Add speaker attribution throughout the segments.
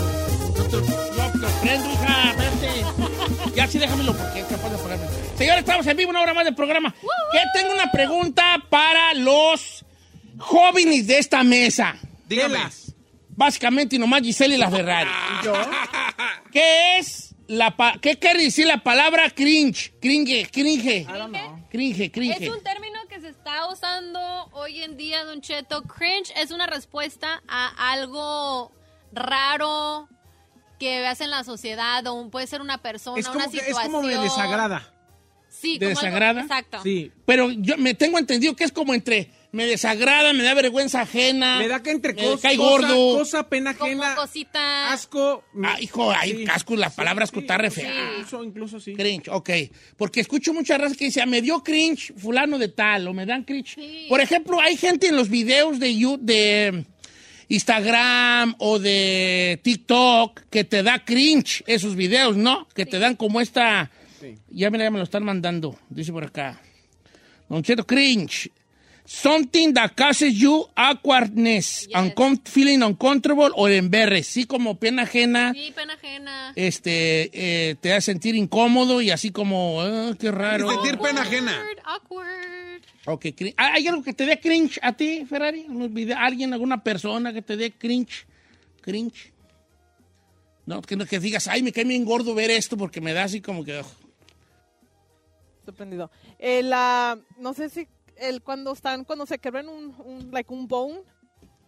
Speaker 1: No, te prendo, hija, espérate. Ya sí, déjamelo porque es capaz de ponerme. Señores, estamos en vivo una hora más del programa. Que tengo una pregunta para los jóvenes de esta mesa.
Speaker 2: Dígame.
Speaker 1: Básicamente, y nomás Giselle y la Ferrari. ¿Qué es la pa- qué quiere decir la palabra cringe? Cringe, cringe. Cringe, cringe.
Speaker 3: Es un término que se está usando hoy en día, Don Cheto. Cringe es una respuesta a algo raro que hacen la sociedad o un- puede ser una persona,
Speaker 2: Es
Speaker 3: una
Speaker 2: como, que- es
Speaker 3: situación.
Speaker 2: como me desagrada.
Speaker 3: Sí,
Speaker 1: ¿De
Speaker 3: como algo-
Speaker 1: desagrada?
Speaker 3: exacto.
Speaker 2: Sí.
Speaker 1: Pero yo me tengo entendido que es como entre me desagrada, me da vergüenza ajena.
Speaker 2: Me da que entre
Speaker 1: me
Speaker 2: cosas,
Speaker 1: cae gordo.
Speaker 2: cosa, pena
Speaker 3: Como
Speaker 2: ajena,
Speaker 3: cosita.
Speaker 2: asco.
Speaker 1: Ah, hijo, ahí casco, la palabra asco está re fea.
Speaker 2: Incluso, incluso sí.
Speaker 1: Cringe, ok. Porque escucho mucha raza que dice, "Ah, me dio cringe fulano de tal, o me dan cringe. Por ejemplo, hay gente en los videos de, you- de mm, Instagram o de TikTok que te da cringe esos videos, ¿no? Que te dan como esta... Ya mira, ya me lo están mandando, dice por acá. Don Cheto, cringe. Something that causes you awkwardness, uncom- feeling uncomfortable or embarrassed. Sí, como pena ajena
Speaker 3: Sí, pena ajena.
Speaker 1: este, eh, te hace sentir incómodo y así como, ah, qué raro.
Speaker 2: Sentir pena ajena.
Speaker 3: Awkward, awkward.
Speaker 1: Ok, crin- ¿Ah, ¿Hay algo que te dé cringe a ti, Ferrari? ¿Unos vide- ¿Alguien, alguna persona que te dé cringe? ¿Cringe? No, que, no- que digas, ay, me cae bien gordo ver esto porque me da así como que... ugh.
Speaker 4: sorprendido. El, ah, no sé si el cuando están, cuando se quebran un, un, like, un bone,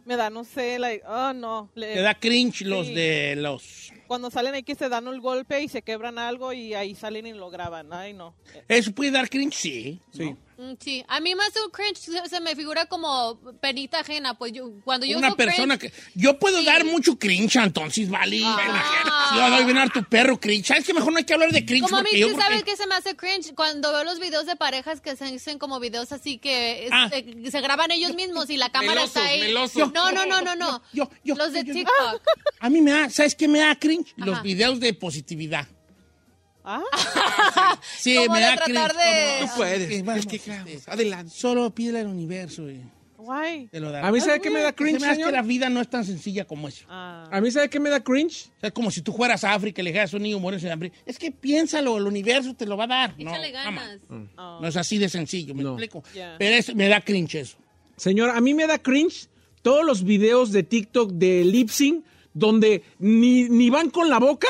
Speaker 4: me da, no sé, like, oh no. le-
Speaker 1: Te da cringe los
Speaker 4: Sí.
Speaker 1: de los...
Speaker 4: Cuando salen aquí se dan un golpe y se quebran algo y ahí salen y lo graban. Ay, no.
Speaker 1: ¿Eso puede dar cringe? Sí.
Speaker 2: Sí.
Speaker 1: ¿no?
Speaker 3: Mm, Sí, a mí más un cringe se, se me figura como penita ajena, pues yo cuando yo
Speaker 1: Una
Speaker 3: uso
Speaker 1: persona
Speaker 3: cringe-
Speaker 1: que... Yo puedo
Speaker 3: Sí.
Speaker 1: dar mucho cringe, entonces, ¿vale?
Speaker 3: Ah.
Speaker 1: Yo doy bien a tu perro cringe. ¿Sabes que mejor no hay que hablar de cringe?
Speaker 3: Como a mí,
Speaker 1: porque yo
Speaker 3: sí,
Speaker 1: creo
Speaker 3: ¿sabes
Speaker 1: que-
Speaker 3: qué se me hace cringe? Cuando veo los videos de parejas que se hacen como videos así que es-
Speaker 1: Ah.
Speaker 3: eh, se graban ellos mismos y la cámara
Speaker 2: Melosos,
Speaker 3: está ahí.
Speaker 2: melosos.
Speaker 3: No, no, no, no, no.
Speaker 1: Yo, yo, yo,
Speaker 3: los de
Speaker 1: yo, yo.
Speaker 3: TikTok.
Speaker 1: A mí me da, ¿sabes qué me da cringe? Los
Speaker 3: Ajá.
Speaker 1: videos de positividad.
Speaker 4: Ah,
Speaker 1: Sí,
Speaker 3: Como
Speaker 1: me
Speaker 3: de
Speaker 1: da
Speaker 3: tratar
Speaker 1: cringe.
Speaker 3: de-
Speaker 1: ¿Cómo?
Speaker 2: Tú puedes.
Speaker 1: Sí, vamos,
Speaker 2: Es que, claro,
Speaker 1: este,
Speaker 2: adelante.
Speaker 1: Solo pídele al universo y
Speaker 4: guay.
Speaker 1: te lo dará.
Speaker 2: A mí, ¿sabe qué me da
Speaker 1: Se
Speaker 2: cringe,
Speaker 1: me hace que
Speaker 2: señor?
Speaker 1: la vida no es tan sencilla como eso.
Speaker 4: Ah,
Speaker 2: A mí, ¿sabe qué me da cringe?
Speaker 1: O sea, como si tú fueras a África y le dijeras a un niño morirse de hambre. Es que piénsalo, el universo te lo va a dar. pues, No,
Speaker 3: Échale ganas.
Speaker 1: jamás.
Speaker 4: no.
Speaker 1: No es así de sencillo, me
Speaker 2: No.
Speaker 1: explico.
Speaker 4: Ya.
Speaker 1: Pero es- me da cringe eso.
Speaker 2: Señor, a mí me da cringe todos los videos de TikTok de lip sync donde ni, ni van con la boca.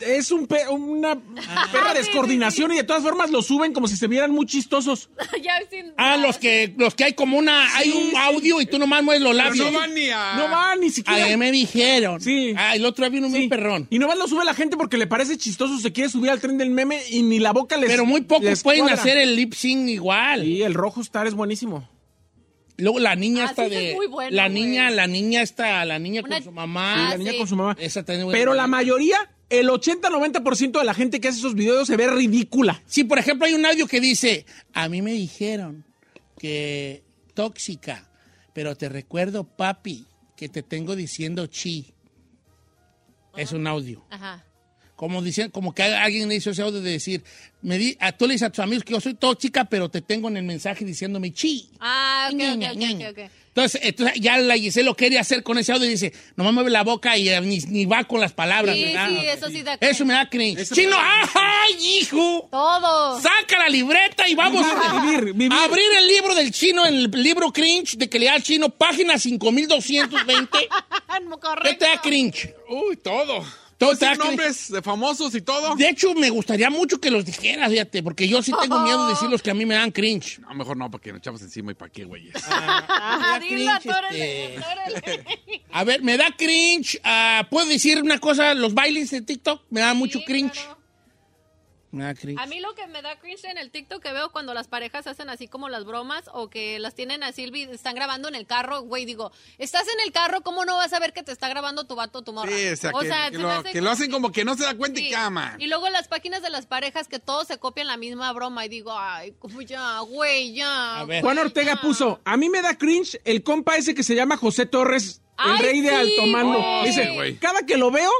Speaker 2: Es un pe- una
Speaker 3: Ah.
Speaker 2: perra descoordinación y de todas formas lo suben como si se vieran muy chistosos.
Speaker 3: Ya sin-
Speaker 1: Ah, los que, los que hay como una, hay un audio y tú nomás mueves los labios.
Speaker 5: no van ni a.
Speaker 2: No van ni
Speaker 1: A mí
Speaker 2: siquiera.
Speaker 1: me dijeron.
Speaker 2: Sí.
Speaker 1: Ah, el otro día vino un
Speaker 2: Sí.
Speaker 1: perrón.
Speaker 2: Y nomás lo sube la gente porque le parece chistoso, se quiere subir al tren del meme y ni la boca les
Speaker 1: Pero muy pocos
Speaker 2: les
Speaker 1: pueden
Speaker 2: cuadra.
Speaker 1: hacer el lip sync igual.
Speaker 2: Sí, el rojo star es buenísimo.
Speaker 1: Luego la niña
Speaker 3: Ah,
Speaker 1: está
Speaker 3: sí, eso
Speaker 1: de
Speaker 3: es muy bueno,
Speaker 1: la
Speaker 3: güey.
Speaker 1: niña, la niña está, la niña
Speaker 3: Una-
Speaker 1: con su
Speaker 2: Y
Speaker 1: mamá.
Speaker 2: la
Speaker 3: Ah,
Speaker 2: niña
Speaker 3: sí.
Speaker 2: con su mamá.
Speaker 1: Esa también, güey.
Speaker 2: Pero la mayoría, el 80-90% de la gente que hace esos videos se ve ridícula.
Speaker 1: Sí, por ejemplo, hay un audio que dice, "A mí me dijeron que tóxica, pero te recuerdo, papi, que te tengo diciendo chi." Es un audio.
Speaker 3: Ajá.
Speaker 1: Como dicen, como que alguien hizo ese audio de decir, me di, a tú le dices a tus amigos que yo soy tóxica, pero te tengo en el mensaje diciéndome chi.
Speaker 3: Ah, ok, ok,
Speaker 1: Ñaña,
Speaker 3: ok,
Speaker 1: ñaña.
Speaker 3: ok, ok.
Speaker 1: Entonces, entonces ya la Giselle lo quería hacer con ese audio y dice, no me mueve la boca y eh, ni, ni va con las palabras.
Speaker 3: Sí,
Speaker 1: ¿verdad?
Speaker 3: sí, eso sí da
Speaker 1: Eso
Speaker 3: cringe.
Speaker 1: me da cringe.
Speaker 2: Eso
Speaker 1: ¡Chino!
Speaker 2: me da
Speaker 1: ¡Ay, hijo!
Speaker 3: Todo.
Speaker 1: Saca la libreta y vamos a
Speaker 2: Vivir, vivir.
Speaker 1: abrir el libro del chino, el libro cringe de que le da al chino, página 5220. ¿Qué te Este da
Speaker 3: Correcto.
Speaker 1: cringe?
Speaker 5: Uy, todo.
Speaker 1: Todo
Speaker 5: Pues
Speaker 1: te da
Speaker 5: Decir
Speaker 1: cringe.
Speaker 5: nombres de famosos y todo.
Speaker 1: De hecho, me gustaría mucho que los dijeras, fíjate, porque yo sí tengo miedo de decir los que a mí me dan cringe.
Speaker 5: No, mejor no, porque nos echamos encima y para qué, güey.
Speaker 3: Ah,
Speaker 1: Me da
Speaker 3: dilo,
Speaker 1: cringe,
Speaker 3: atórale,
Speaker 1: este.
Speaker 3: atórale.
Speaker 1: A ver, me da cringe. ah, ¿Puedo decir una cosa? Los bailes de TikTok me da mucho
Speaker 3: Sí,
Speaker 1: cringe.
Speaker 3: claro.
Speaker 1: Me da cringe.
Speaker 3: A mí lo que me da cringe en el TikTok que veo cuando las parejas hacen así como las bromas o que las tienen así, el vi- están grabando en el carro, güey, digo, estás en el carro, ¿cómo no vas a ver que te está grabando tu vato o tu morra?
Speaker 5: Sí, o sea, que, que
Speaker 3: se
Speaker 5: lo,
Speaker 3: me hace
Speaker 5: que lo hacen como que no se da cuenta
Speaker 3: Sí.
Speaker 5: y cama.
Speaker 3: Y luego las páginas de las parejas que todos se copian la misma broma y digo, ay, como ya, güey, ya.
Speaker 1: A
Speaker 3: güey,
Speaker 1: ver.
Speaker 2: Juan Ortega
Speaker 3: ya".
Speaker 2: puso, a mí me da cringe el compa ese que se llama José Torres, el
Speaker 3: Ay,
Speaker 2: rey de
Speaker 3: sí,
Speaker 2: alto mando.
Speaker 3: güey.
Speaker 2: Dice,
Speaker 5: Sí, güey.
Speaker 2: cada que lo veo,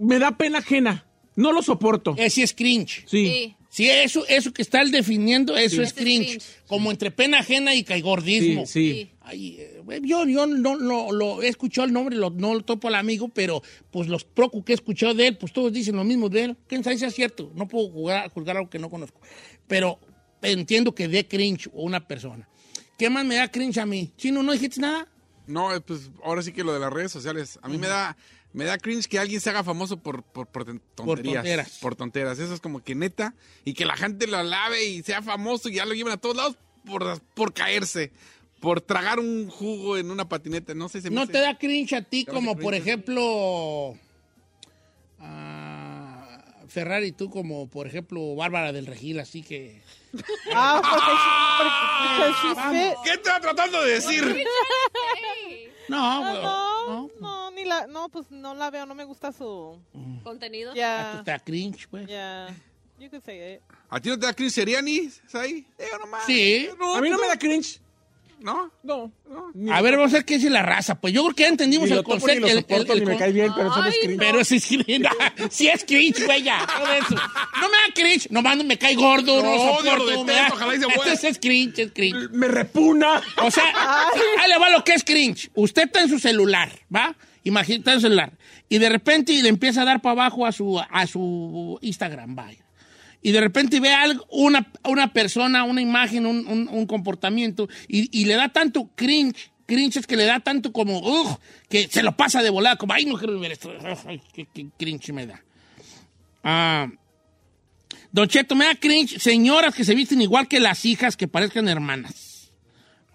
Speaker 2: me da pena ajena. No lo soporto.
Speaker 1: Ese es cringe.
Speaker 2: Sí.
Speaker 3: Sí.
Speaker 1: Eh, Sí, eso, eso que estás definiendo, eso es
Speaker 3: Ese es
Speaker 1: cringe.
Speaker 3: cringe.
Speaker 1: Como entre pena ajena y caigordismo.
Speaker 2: Sí, sí.
Speaker 1: Ay, eh, güey, yo, yo no lo, lo he escuchado el nombre, lo- no lo topo al amigo, pero pues los procu que he escuchado de él, pues todos dicen lo mismo de él. ¿Quién sabe si es cierto? No puedo jugar, juzgar algo que no conozco. Pero entiendo que dé cringe a una persona. ¿Qué más me da cringe a mí? ¿Chino, no dijiste nada?
Speaker 5: No, eh, pues ahora sí que lo de las redes sociales. A mí me da me da cringe que alguien se haga famoso por, por, por ten- tonterías.
Speaker 1: tonteras.
Speaker 5: Por tonteras. Eso es como que neta. Y que la gente lo alabe y sea famoso y ya lo lleven a todos lados por, las- por caerse. Por tragar un jugo en una patineta. No sé si
Speaker 1: ¿No te da cringe a ti
Speaker 5: Yo
Speaker 1: como,
Speaker 5: no sé
Speaker 1: por
Speaker 5: cringe.
Speaker 1: ejemplo, a Ferrari, tú como, por ejemplo, Bárbara del Regil, así que...
Speaker 4: Ah, porque she- porque she's fit.
Speaker 5: ¿Qué te va tratando de decir?
Speaker 1: No,
Speaker 4: Ah,
Speaker 1: güey,
Speaker 4: pues No,
Speaker 1: no.
Speaker 4: no, ni la, no, pues no la veo, no me gusta su,
Speaker 3: Contenido.
Speaker 1: Ah, tú
Speaker 4: ya,
Speaker 1: te da cringe, güey.
Speaker 4: ya, you could say it.
Speaker 5: ¿A ti no te da cringe Seriani? ¿Sai? Digo, no mames.
Speaker 1: Sí.
Speaker 2: A mí no me da cringe.
Speaker 5: ¿No?
Speaker 2: No.
Speaker 1: A ver, vamos a ver qué dice la raza. Pues yo creo que ya entendimos
Speaker 2: Ni
Speaker 1: el
Speaker 2: lo topo,
Speaker 1: concepto.
Speaker 2: ni
Speaker 1: el-
Speaker 2: lo
Speaker 1: el-
Speaker 2: soporto,
Speaker 1: el
Speaker 2: ni me
Speaker 1: con-
Speaker 2: cae bien, pero eso no es
Speaker 3: Ay,
Speaker 2: cringe.
Speaker 1: Pero sí, sí, sí es cringe, güey, ya. Todo eso. No me da cringe. Nomás no me cae gordo, no,
Speaker 5: No,
Speaker 1: soporto.
Speaker 5: Dios, lo detesto,
Speaker 1: me da-
Speaker 5: ojalá y se muera.
Speaker 1: Entonces es cringe, es cringe.
Speaker 2: Me repuna.
Speaker 1: O sea, ahí le va lo que es cringe. Usted está en su celular, ¿va? Imagínate, está en su celular. Y de repente le empieza a dar para abajo a su, a su Instagram, vaya. Y de repente ve algo, una, una persona, una imagen, un, un- un comportamiento, y, y le da tanto cringe, cringe es que le da tanto como, ugh, que se lo pasa de volada, como, ay, no quiero ver esto, ay, qué, qué cringe me da. Ah, Don Cheto, me da cringe señoras que se visten igual que las hijas que parezcan hermanas.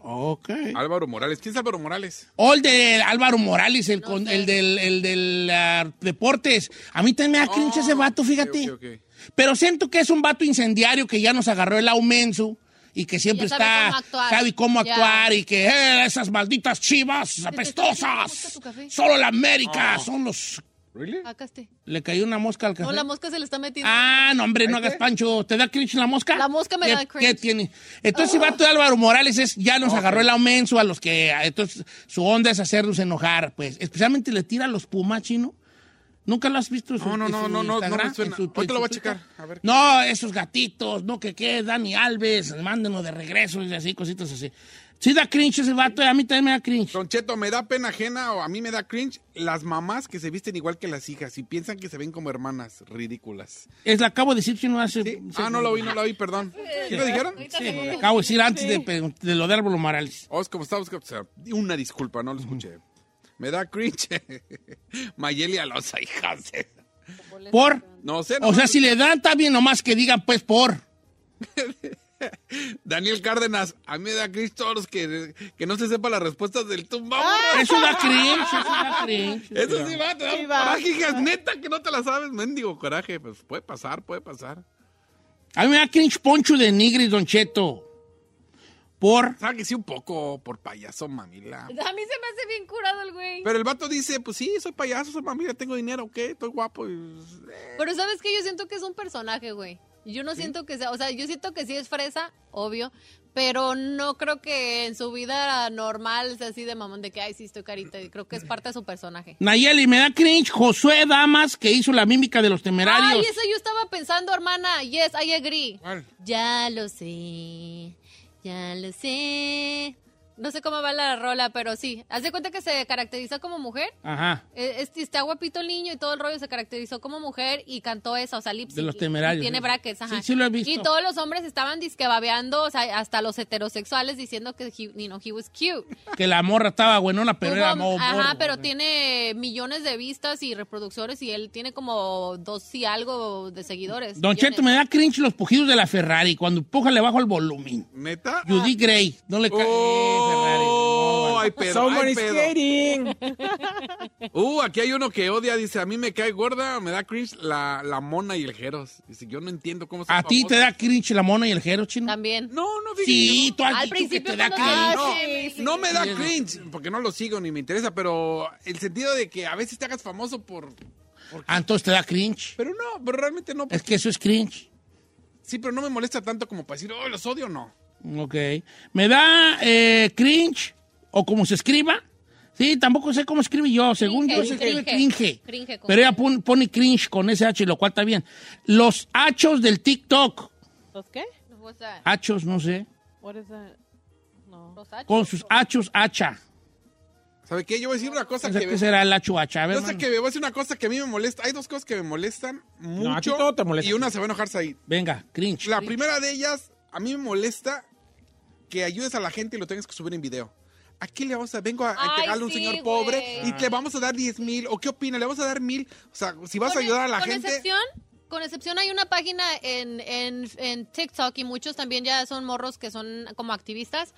Speaker 1: Ok.
Speaker 5: Álvaro Morales. ¿Quién es Álvaro Morales?
Speaker 1: O el de Álvaro Morales, el, con- el del, el del, ah, deportes. A mí también me da cringe
Speaker 3: Oh.
Speaker 1: ese vato, Ah, fíjate.
Speaker 5: ok, ok.
Speaker 1: Pero siento que es un vato incendiario que ya nos agarró el aumenso y que siempre
Speaker 3: Ya sabe
Speaker 1: está,
Speaker 3: cómo actuar.
Speaker 1: sabe cómo
Speaker 3: Ya.
Speaker 1: actuar y que eh, esas malditas chivas
Speaker 3: busca
Speaker 1: apestosas.
Speaker 3: tu café.
Speaker 1: Solo la América son los...
Speaker 3: Acá esté.
Speaker 1: Le cayó una mosca al café.
Speaker 3: No, la mosca se le está metiendo.
Speaker 1: Ah, no, hombre, no hagas pancho. ¿Te da cringe la mosca?
Speaker 3: La mosca me
Speaker 1: ¿Qué-
Speaker 3: da cringe.
Speaker 1: ¿Qué tiene? Entonces, si va todo Álvaro Morales, es, ya nos agarró el aumenso a los que. a- Entonces, su onda es hacernos enojar, pues. Especialmente le tira a los Pumas, chino. ¿Nunca lo has visto? en su-
Speaker 5: No, no,
Speaker 1: en
Speaker 5: no,
Speaker 1: su
Speaker 5: no, no, no me
Speaker 1: Instagram?
Speaker 5: suena.
Speaker 1: En su-
Speaker 5: Ahorita
Speaker 1: en su
Speaker 5: lo voy a
Speaker 1: Twitter.
Speaker 5: checar, a ver.
Speaker 1: No, esos gatitos, no, que qué, Dani Alves, mándenlo de regreso y así, cositas así. Sí da cringe ese vato, a mí también me da cringe.
Speaker 5: Don Cheto, me da pena ajena o a mí me da cringe las mamás que se visten igual que las hijas y piensan que se ven como hermanas ridículas.
Speaker 1: Es, la acabo de decir, chino, hace.
Speaker 5: ¿Sí? Ah, no lo vi, no lo vi, perdón. ¿Sí lo dijeron?
Speaker 1: Sí, la acabo de decir antes de, pregun- de lo de Álvaro Morales.
Speaker 5: Os, como estamos, o sea, una disculpa, no lo escuché. Me da cringe. Mayeli Alonso, hijas. de-
Speaker 1: Por.
Speaker 5: No sé, no.
Speaker 1: O sea, si le dan, está bien, nomás que digan, pues, por.
Speaker 5: Daniel Cárdenas, a mí me da cringe todos los que, que no se sepa las respuestas del tumba.
Speaker 1: Eso da cringe, eso da cringe.
Speaker 5: Eso sí va, te da
Speaker 4: Sí
Speaker 5: un
Speaker 4: va.
Speaker 5: coraje, hijas, neta, que no te la sabes, mendigo coraje. Pues puede pasar, puede pasar.
Speaker 1: A mí me da cringe poncho de nigris, Don Cheto. Por.
Speaker 5: ¿Sabes que sí un poco por payaso, mamila?
Speaker 3: A mí se me hace bien curado el güey.
Speaker 5: Pero el vato dice, pues sí, soy payaso, soy mamila, tengo dinero, ¿qué? Estoy guapo. y-
Speaker 3: Pero sabes que yo siento que es un personaje, güey. Yo no siento que sea, o sea, yo siento que sí es fresa, obvio, pero no creo que en su vida normal sea así de mamón de que, ay, sí, estoy carita. y Creo que es parte de su personaje.
Speaker 1: Nayeli, me da cringe Josué Damas, que hizo la mímica de los temerarios.
Speaker 3: Ay, eso yo estaba pensando, hermana. Yes, I agree.
Speaker 5: ¿Cuál?
Speaker 3: Ya lo sé, ya lo sé. No sé cómo va la rola, pero sí. Haz de cuenta que se caracteriza como mujer.
Speaker 1: Ajá.
Speaker 3: Eh, Este, está guapito el niño y todo el rollo se caracterizó como mujer y cantó esa, o sea, lip
Speaker 1: De los
Speaker 3: sync.
Speaker 1: temerarios.
Speaker 3: Y Tiene brackets, ajá.
Speaker 1: Sí, sí lo he visto.
Speaker 3: Y todos los hombres estaban disque babeando, o sea, hasta los heterosexuales diciendo que, he, you know, he was cute.
Speaker 1: Que la morra estaba buenona, pero
Speaker 3: Tuvo-
Speaker 1: era mo-
Speaker 3: Ajá,
Speaker 1: morbo.
Speaker 3: pero tiene millones de vistas y reproducciones y él tiene como dos y algo de seguidores.
Speaker 1: Don
Speaker 3: millones.
Speaker 1: Cheto, me da cringe los pujidos de la Ferrari. Cuando puja le bajo el volumen.
Speaker 5: ¿Neta? Ah,
Speaker 1: Judy Gray, no le Eh, cae.
Speaker 5: ¡Oh! ¡Ay, pedo!
Speaker 2: Someone
Speaker 5: ¡Ay,
Speaker 2: is
Speaker 5: pedo!
Speaker 2: skating.
Speaker 5: Uh, aquí hay uno que odia, dice, a mí me cae gorda, me da cringe la, la mona y el Jeros. Dice, yo no entiendo cómo se
Speaker 1: ¿A ti te da cringe la mona y el jero, chino?
Speaker 3: También.
Speaker 5: No, no, fíjate.
Speaker 1: Sí, tú has
Speaker 3: Al
Speaker 1: dicho que
Speaker 3: principio
Speaker 1: te da
Speaker 3: cuando-
Speaker 1: cringe.
Speaker 3: Ah,
Speaker 5: No,
Speaker 3: sí, sí,
Speaker 5: no me da
Speaker 1: Sí, no.
Speaker 5: cringe, porque no lo sigo ni me interesa, pero el sentido de que a veces te hagas famoso por... por-
Speaker 1: Ah, entonces te da cringe.
Speaker 5: Pero no, pero realmente no.
Speaker 1: Es que eso es cringe.
Speaker 5: Sí, pero no me molesta tanto como para decir, oh, los odio, no.
Speaker 1: Ok. Me da eh, cringe, o como se escriba. Sí, tampoco sé cómo escribe yo. Según yo,
Speaker 3: Cringe,
Speaker 1: se escribe
Speaker 3: cringe.
Speaker 1: cringe.
Speaker 3: Cringe con
Speaker 1: Pero ella
Speaker 3: G.
Speaker 1: pon- pone cringe con ese H, lo cual está bien. Los hachos del TikTok.
Speaker 4: ¿Los qué?
Speaker 3: What's that?
Speaker 1: Hachos, no sé.
Speaker 4: What is that? No.
Speaker 3: Los hachos.
Speaker 1: Con sus hachos hacha.
Speaker 5: ¿Sabe qué? Yo voy a decir una cosa
Speaker 1: No
Speaker 5: que...
Speaker 1: sé qué será el hacho hacha. A ver,
Speaker 5: Yo sé
Speaker 1: mano.
Speaker 5: que me voy a decir una cosa que a mí me molesta. Hay dos cosas que me molestan mucho.
Speaker 2: a ti todo te molesta.
Speaker 5: Y una se va a enojarse ahí.
Speaker 1: Venga, cringe.
Speaker 5: La primera de ellas, a mí me molesta que ayudes a la gente y lo tengas que subir en video. Aquí le vamos a, vengo a, a
Speaker 3: Ay,
Speaker 5: entregarle a un
Speaker 3: sí,
Speaker 5: señor
Speaker 3: güey.
Speaker 5: pobre y te vamos a dar 10 mil. ¿O qué opina? ¿Le vamos a dar mil? O sea, si vas a
Speaker 3: Con- e-
Speaker 5: ayudar a la
Speaker 3: con
Speaker 5: gente.
Speaker 3: Excepción, con excepción, hay una página en, en, en TikTok y muchos también ya son morros que son como activistas.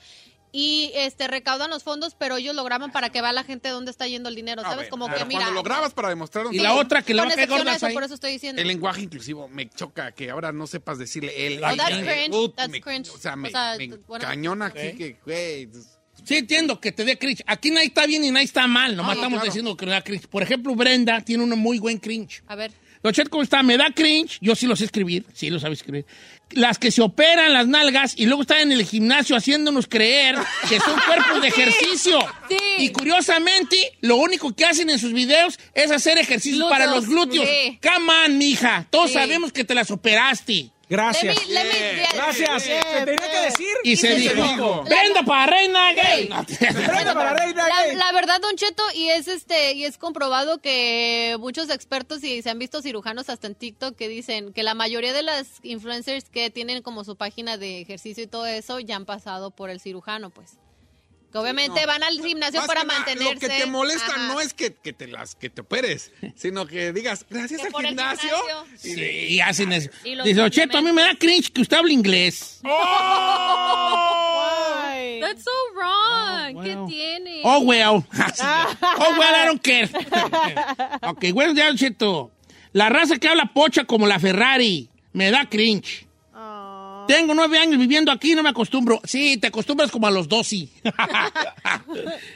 Speaker 3: Y este recaudan los fondos, pero ellos lo graban para que vea la gente dónde está yendo el dinero,
Speaker 5: Ah,
Speaker 3: ¿sabes?
Speaker 5: bueno,
Speaker 3: como
Speaker 5: pero
Speaker 3: que mira.
Speaker 5: Cuando lo grabas para
Speaker 1: Y
Speaker 5: demostrar dónde
Speaker 1: la
Speaker 5: está.
Speaker 1: otra que le
Speaker 3: con
Speaker 1: va a caer
Speaker 3: excepción
Speaker 1: gordas
Speaker 3: a eso,
Speaker 1: ahí.
Speaker 3: por eso estoy diciendo.
Speaker 5: El lenguaje inclusivo me choca que ahora no sepas decirle él.
Speaker 1: Oh,
Speaker 5: ella,
Speaker 1: that's
Speaker 5: eh,
Speaker 3: cringe,
Speaker 5: ut,
Speaker 3: that's
Speaker 5: me-
Speaker 3: cringe.
Speaker 5: O sea, me,
Speaker 3: O sea,
Speaker 5: me
Speaker 3: t- bueno.
Speaker 5: cañona
Speaker 1: Ok.
Speaker 5: aquí que, güey. pues,
Speaker 1: Sí, entiendo que te dé cringe. Aquí nadie está bien y nadie está mal. Nomás
Speaker 5: Ah,
Speaker 1: estamos
Speaker 5: claro.
Speaker 1: diciendo que no da cringe. Por ejemplo, Brenda tiene un muy buen cringe.
Speaker 3: A ver.
Speaker 1: Don Cheto, ¿cómo está? Me da cringe. Yo sí lo sé escribir. Sí, lo sabe escribir. Las que se operan las nalgas y luego están en el gimnasio haciéndonos creer que son cuerpos de ejercicio.
Speaker 3: Sí.
Speaker 1: Y curiosamente, lo único que hacen en sus videos es hacer ejercicio
Speaker 3: Glúteos.
Speaker 1: para los glúteos.
Speaker 3: Sí.
Speaker 1: Come on, mija. Todos
Speaker 3: Sí.
Speaker 1: sabemos que te las operaste.
Speaker 2: Gracias.
Speaker 3: Let me- let me-
Speaker 2: Gracias.
Speaker 3: Yeah.
Speaker 2: Se tenía que decir.
Speaker 1: Y, se,
Speaker 5: se
Speaker 1: dijo,
Speaker 5: dijo.
Speaker 1: Brenda para reina gay. No, te-
Speaker 2: Prenda para la reina
Speaker 3: La,
Speaker 2: gay.
Speaker 3: la verdad, Don Cheto, y es este, y es comprobado que muchos expertos y se han visto cirujanos hasta en TikTok que dicen que la mayoría de las influencers que tienen como su página de ejercicio y todo eso ya han pasado por el cirujano, pues. Que obviamente
Speaker 5: no.
Speaker 3: van al gimnasio
Speaker 5: más
Speaker 3: para
Speaker 5: que nada,
Speaker 3: mantenerse.
Speaker 5: Lo que te molesta
Speaker 3: Ajá.
Speaker 5: no es que, que te las que te operes, sino que digas, gracias
Speaker 3: Que
Speaker 5: al
Speaker 3: por el
Speaker 5: gimnasio.
Speaker 3: gimnasio.
Speaker 1: Sí, y hacen eso.
Speaker 3: Y los
Speaker 1: Dice, Ocheto, a mí me da cringe que usted hable inglés.
Speaker 4: Why?
Speaker 3: That's so wrong.
Speaker 1: Oh, wow.
Speaker 3: ¿Qué tiene?
Speaker 1: Oh, well. oh, well, I don't care. ok, buenos días, Don Cheto. La raza que habla pocha como la Ferrari me da cringe.
Speaker 4: Aw.
Speaker 1: Tengo nueve años viviendo aquí y no me acostumbro. Sí, te acostumbras como a los dos, sí.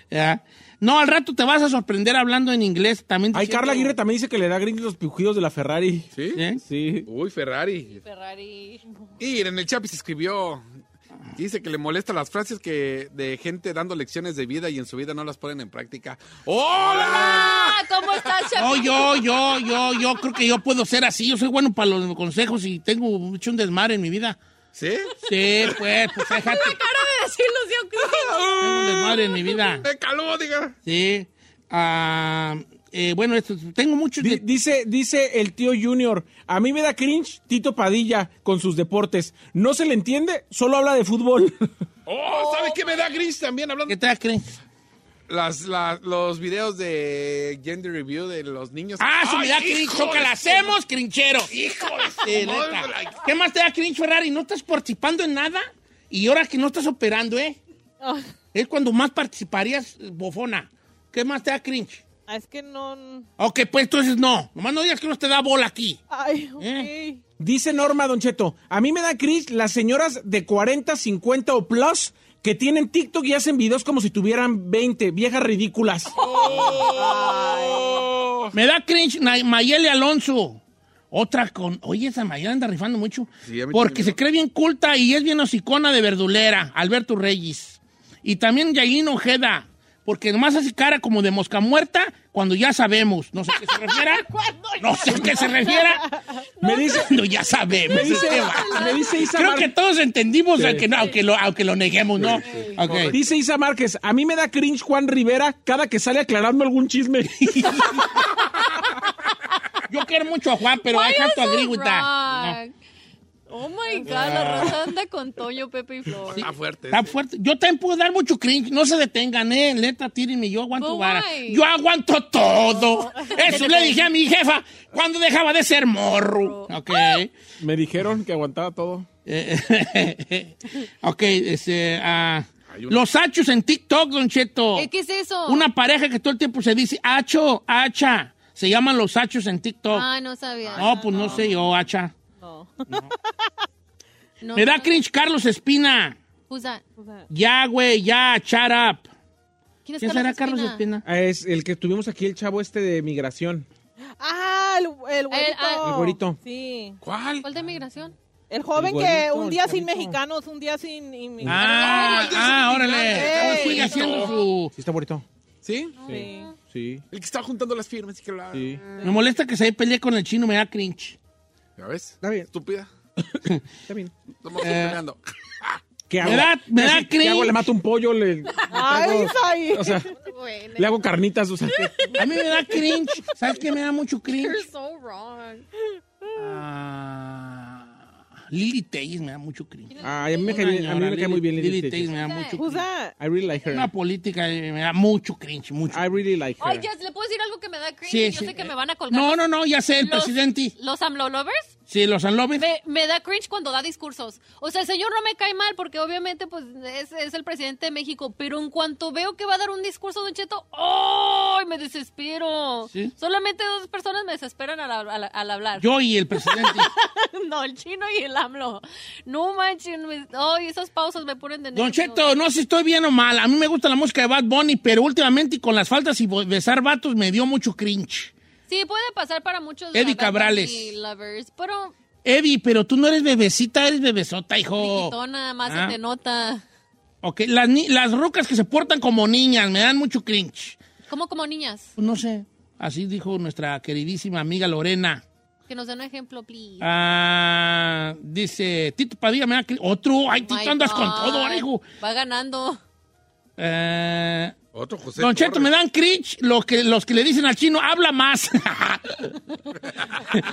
Speaker 1: Ya. No, al rato te vas a sorprender hablando en inglés. También te
Speaker 2: Ay,
Speaker 1: siento-
Speaker 2: Carla Aguirre también dice que le da gringo los pujidos de la Ferrari.
Speaker 5: ¿Sí?
Speaker 1: ¿Eh?
Speaker 2: Sí.
Speaker 5: Uy, Ferrari.
Speaker 3: Ferrari.
Speaker 5: Y en el Chapis escribió. Dice que le molesta las frases que de gente dando lecciones de vida y en su vida no las ponen en práctica. ¡Hola!
Speaker 3: Ah, ¿cómo estás, Chapi?
Speaker 1: No, yo, yo, yo, yo creo que yo puedo ser así. Yo soy bueno para los consejos y tengo mucho un desmadre en mi vida.
Speaker 5: ¿Sí?
Speaker 1: Sí, pues, pues déjate.
Speaker 3: Cara de desilusión que
Speaker 1: Tengo un desmadre en mi vida.
Speaker 5: ¡Me caló, diga!
Speaker 1: Sí. Ah, eh, bueno, esto, tengo muchos.
Speaker 2: Di-
Speaker 1: de-
Speaker 2: dice, dice el tío Junior, a mí me da cringe Tito Padilla con sus deportes. No se le entiende, solo habla de fútbol.
Speaker 5: ¡Oh! ¿Sabes qué me da gris también hablando?
Speaker 1: ¿Qué te creen?
Speaker 5: Las, la- los videos de Gender Review de los niños.
Speaker 1: Ah, si me da
Speaker 5: ¡Ay,
Speaker 1: cringe,
Speaker 5: hijo
Speaker 1: choca,
Speaker 5: de
Speaker 1: la
Speaker 5: su-
Speaker 1: hacemos, crinchero. Hijo
Speaker 5: de su madre, ay.
Speaker 1: ¿Qué más te da cringe, Ferrari? ¿No estás participando en nada? Y ahora que no estás operando, ¿eh?
Speaker 4: Ah,
Speaker 1: Es cuando más participarías, eh, bofona. ¿Qué más te da cringe?
Speaker 4: es que no.
Speaker 1: Ok, pues entonces no. Nomás no digas que no te da bola aquí.
Speaker 4: Ay, ok.
Speaker 2: Dice Norma Doncheto, a mí me da cringe las señoras de 40, 50 o plus que tienen TikTok y hacen videos como si tuvieran 20, viejas ridículas.
Speaker 1: Me da cringe Na- Mayele Alonso. Otra con... Oye, esa Mayele anda rifando mucho.
Speaker 5: Sí, a mí
Speaker 1: porque
Speaker 5: también.
Speaker 1: se cree bien culta y es bien hocicona de verdulera. Alberto Reyes. Y también Yailin Ojeda. porque nomás hace cara como de mosca muerta cuando ya sabemos. No sé a qué se refiera. No sé a qué se refiera.
Speaker 2: Me dice-
Speaker 1: Cuando ya sabemos.
Speaker 2: Me dice,
Speaker 1: Esteban.
Speaker 2: me dice Isa
Speaker 1: Creo
Speaker 2: Mar-
Speaker 1: que todos entendimos,
Speaker 2: Sí.
Speaker 1: aunque, no- aunque, lo, aunque lo neguemos, ¿no? Ok.
Speaker 2: Dice Isa Márquez, a mí me da cringe Juan Rivera cada que sale aclarando algún chisme.
Speaker 1: Yo quiero mucho a Juan, pero
Speaker 3: Why
Speaker 1: I have to
Speaker 3: you're so
Speaker 1: agree with that. No.
Speaker 3: wrong? Oh my God,
Speaker 1: Ah.
Speaker 3: la raza anda con Toño, Pepe y Flor.
Speaker 5: Está fuerte.
Speaker 1: Está fuerte. Yo también puedo dar mucho cringe. No se detengan, eh. Letra, tírenme. Yo aguanto
Speaker 3: But
Speaker 1: vara.
Speaker 3: why?
Speaker 1: Yo aguanto todo. Eso le dije a mi jefa cuando dejaba de ser morro. Ok.
Speaker 2: me dijeron que aguantaba todo.
Speaker 1: Eh, ok, este, ah,
Speaker 5: Hay una-
Speaker 1: los hachos en TikTok, Don Cheto.
Speaker 3: Eh, ¿Qué es eso?
Speaker 1: Una pareja que todo el tiempo se dice hacho, hacha. Se llaman los hachos en TikTok.
Speaker 3: Ah, no sabía.
Speaker 1: no, pues no sé yo, hacha.
Speaker 3: No,
Speaker 1: Me da
Speaker 3: no.
Speaker 1: cringe Carlos Espina.
Speaker 3: Who's that?
Speaker 1: Ya, güey, ya, shut up.
Speaker 3: ¿Quién es
Speaker 1: ¿Quién será Carlos Espina?
Speaker 2: Ah, Es el que tuvimos aquí, el chavo este de migración.
Speaker 4: Ah, el, el güerito.
Speaker 3: ah.
Speaker 2: El güerito.
Speaker 4: Sí.
Speaker 5: ¿Cuál?
Speaker 3: ¿Cuál de migración?
Speaker 4: El joven
Speaker 2: El güerito,
Speaker 4: que un
Speaker 2: el
Speaker 4: día sin
Speaker 2: chavito.
Speaker 4: mexicanos, un día sin inmigrantes.
Speaker 1: Ah, ah, órale.
Speaker 4: Ey.
Speaker 1: Sigue haciendo su...
Speaker 2: Sí, está bonito.
Speaker 5: ¿Sí?
Speaker 2: Sí. Sí.
Speaker 5: El que estaba juntando las firmas y que la...
Speaker 2: sí.
Speaker 1: Me molesta que se pelee con el chino, me da cringe.
Speaker 5: ¿Ya ves?
Speaker 2: Está bien.
Speaker 5: Estúpida.
Speaker 2: Está bien.
Speaker 5: Estamos peleando.
Speaker 2: ¿Qué hago?
Speaker 1: Me da- me
Speaker 2: ¿Qué
Speaker 1: da
Speaker 2: hace- ¿Qué hago?
Speaker 1: cringe.
Speaker 2: Le mato un pollo, le, le
Speaker 4: Ay,
Speaker 2: traigo-
Speaker 4: Isaí.
Speaker 2: o sea,
Speaker 3: Güey,
Speaker 2: le hago carnitas, o sea.
Speaker 1: A mí me da cringe. ¿Sabes qué me da mucho
Speaker 3: you're
Speaker 1: cringe?
Speaker 3: so wrong.
Speaker 1: Ah, Lily Telles me da mucho cringe.
Speaker 2: Ay, a mí me cae, bien- a mí me cae muy bien Lili
Speaker 1: Lily Telles
Speaker 2: Telles.
Speaker 1: me da mucho
Speaker 4: Who's
Speaker 1: cringe.
Speaker 4: that?
Speaker 2: I really like
Speaker 1: Una
Speaker 2: her.
Speaker 1: política eh, me da mucho cringe, mucho.
Speaker 2: I really like
Speaker 3: Ay,
Speaker 2: her.
Speaker 3: Jess, ¿le puedo decir algo que me da cringe?
Speaker 1: Sí,
Speaker 3: Yo
Speaker 1: sí.
Speaker 3: sé que me van a colgar.
Speaker 1: No, no, no, ya sé, el
Speaker 3: Los-
Speaker 1: presidente.
Speaker 3: ¿Los AMLO lovers?
Speaker 1: Sí, los Anlobes.
Speaker 3: Me, me da cringe cuando da discursos. O sea, el señor no me cae mal porque obviamente pues es, es el presidente de México, pero en cuanto veo que va a dar un discurso, Don Cheto, ¡ay! me desespero.
Speaker 1: Sí.
Speaker 3: Solamente dos personas me desesperan al, al- al hablar.
Speaker 1: Yo y el presidente.
Speaker 3: no, el chino y el AMLO. No manchen, me- ay, esas pausas me ponen de
Speaker 1: Don
Speaker 3: nervios.
Speaker 1: Cheto, no sé si estoy bien o mal. A mí me gusta la música de Bad Bunny, pero últimamente con las faltas y bo- besar vatos me dio mucho cringe.
Speaker 3: Sí, puede pasar para muchos
Speaker 1: Eddie
Speaker 3: la verdad,
Speaker 1: Cabrales.
Speaker 3: sí, lovers, pero
Speaker 1: Eddie, pero tú no eres bebecita, eres bebesota, hijo.
Speaker 3: Chiquitona, más
Speaker 1: Oh. Ah.
Speaker 3: se te nota.
Speaker 1: Ok, las, ni- las rucas que se portan como niñas me dan mucho cringe.
Speaker 3: ¿Cómo como niñas?
Speaker 1: Pues no sé, así dijo nuestra queridísima amiga Lorena.
Speaker 3: Que nos den un ejemplo, please.
Speaker 1: Ah, dice, Tito Padilla me da cringe. Otro, ay,
Speaker 3: My
Speaker 1: Tito, andas con
Speaker 3: God.
Speaker 1: todo, ahora, hijo.
Speaker 3: Va ganando.
Speaker 1: Eh,
Speaker 5: Otro José
Speaker 1: Don Cheto,
Speaker 5: Torres.
Speaker 1: me dan cringe los que, los que le dicen al chino, habla más.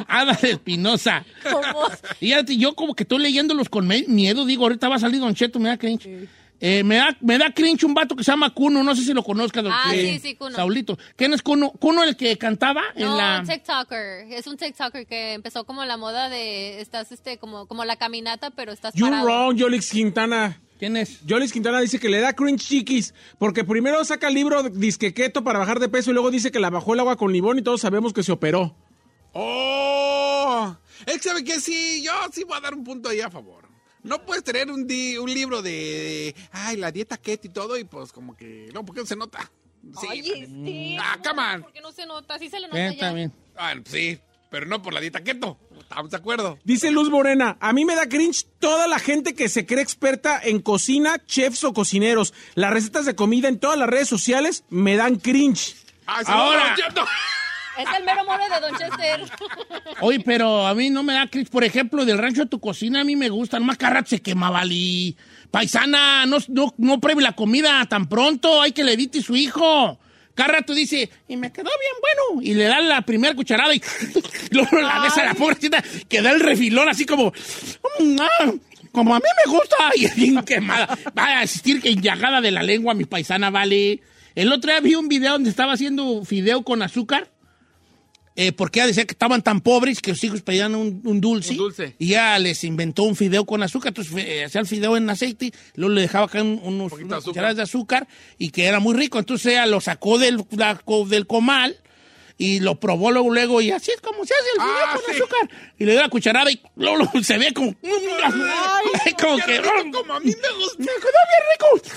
Speaker 1: Ada Espinosa.
Speaker 3: Como-
Speaker 1: Fíjate, yo como que estoy leyéndolos con me- miedo, digo, ahorita va a salir Don Cheto, me da cringe. Eh, me, da, me da cringe un vato que se llama Cuno, no sé si lo conozca, Don
Speaker 3: Ah,
Speaker 1: Cheto.
Speaker 3: sí, sí, Cuno.
Speaker 1: Saulito. ¿Quién es Cuno? Cuno el que cantaba en
Speaker 3: No,
Speaker 1: la...
Speaker 3: un TikToker. Es un TikToker que empezó como la moda de estás este como como la caminata, pero estás
Speaker 2: You're
Speaker 3: parado.
Speaker 2: wrong, Yolix Quintana.
Speaker 1: ¿Quién es?
Speaker 2: Jolis Quintana dice que le da cringe chiquis porque primero saca el libro disquequeto para bajar de peso y luego dice que la bajó el agua con limón y todos sabemos que se operó.
Speaker 5: ¡Oh! Él sabe que sí, yo sí voy a dar un punto ahí a favor. No puedes tener un, di- un libro de, de, ay, la dieta keto y todo, y pues como que, no, porque no se nota. Sí.
Speaker 3: Oye, sí.
Speaker 1: Mm.
Speaker 5: Ah, come on.
Speaker 3: ¿Por qué no se nota? Sí se le nota
Speaker 1: Eh,
Speaker 3: ya.
Speaker 1: está bien.
Speaker 5: Ah, sí, pero no por la dieta keto. Estamos de acuerdo.
Speaker 2: Dice Luz Morena, a mí me da cringe toda la gente que se cree experta en cocina, chefs o cocineros. Las recetas de comida en todas las redes sociales me dan cringe.
Speaker 5: Ah, sí,
Speaker 1: Ahora.
Speaker 5: no, yo no.
Speaker 3: Es el mero mole de Don Chester.
Speaker 1: Oye, pero a mí no me da cringe. Por ejemplo, del rancho a tu cocina a mí me gusta. Nomás carrat se quemaba, Lí. Paisana, no, no, no pruebe la comida tan pronto. Hay que le edite su hijo. Carra tú dice, y me quedó bien bueno. Y le da la primera cucharada y luego la besa a la pobrecita que da el refilón así como, "Mm, ah, como a mí me gusta. Y bien quemada. Va a asistir que enllagada de la lengua mi paisana, vale. El otro día vi un video donde estaba haciendo fideo con azúcar. Eh, porque ella decía que estaban tan pobres que los hijos pedían un, un dulce.
Speaker 5: Un dulce.
Speaker 1: Y ya les inventó un fideo con azúcar. Entonces fe- eh, hacía el fideo en aceite, luego le dejaba acá un- unos,
Speaker 5: Poquito
Speaker 1: unas
Speaker 5: azúcar.
Speaker 1: cucharadas de azúcar y que era muy rico. Entonces ella lo sacó del, la- co- del comal y lo probó luego, luego y así es como se hace el fideo
Speaker 5: Ah,
Speaker 1: con
Speaker 5: sí.
Speaker 1: azúcar. Y le dio la cucharada y luego, luego se ve como... como
Speaker 5: Qué
Speaker 1: que...
Speaker 5: rico, como a mí me gusta.
Speaker 1: ¡Me quedó bien rico!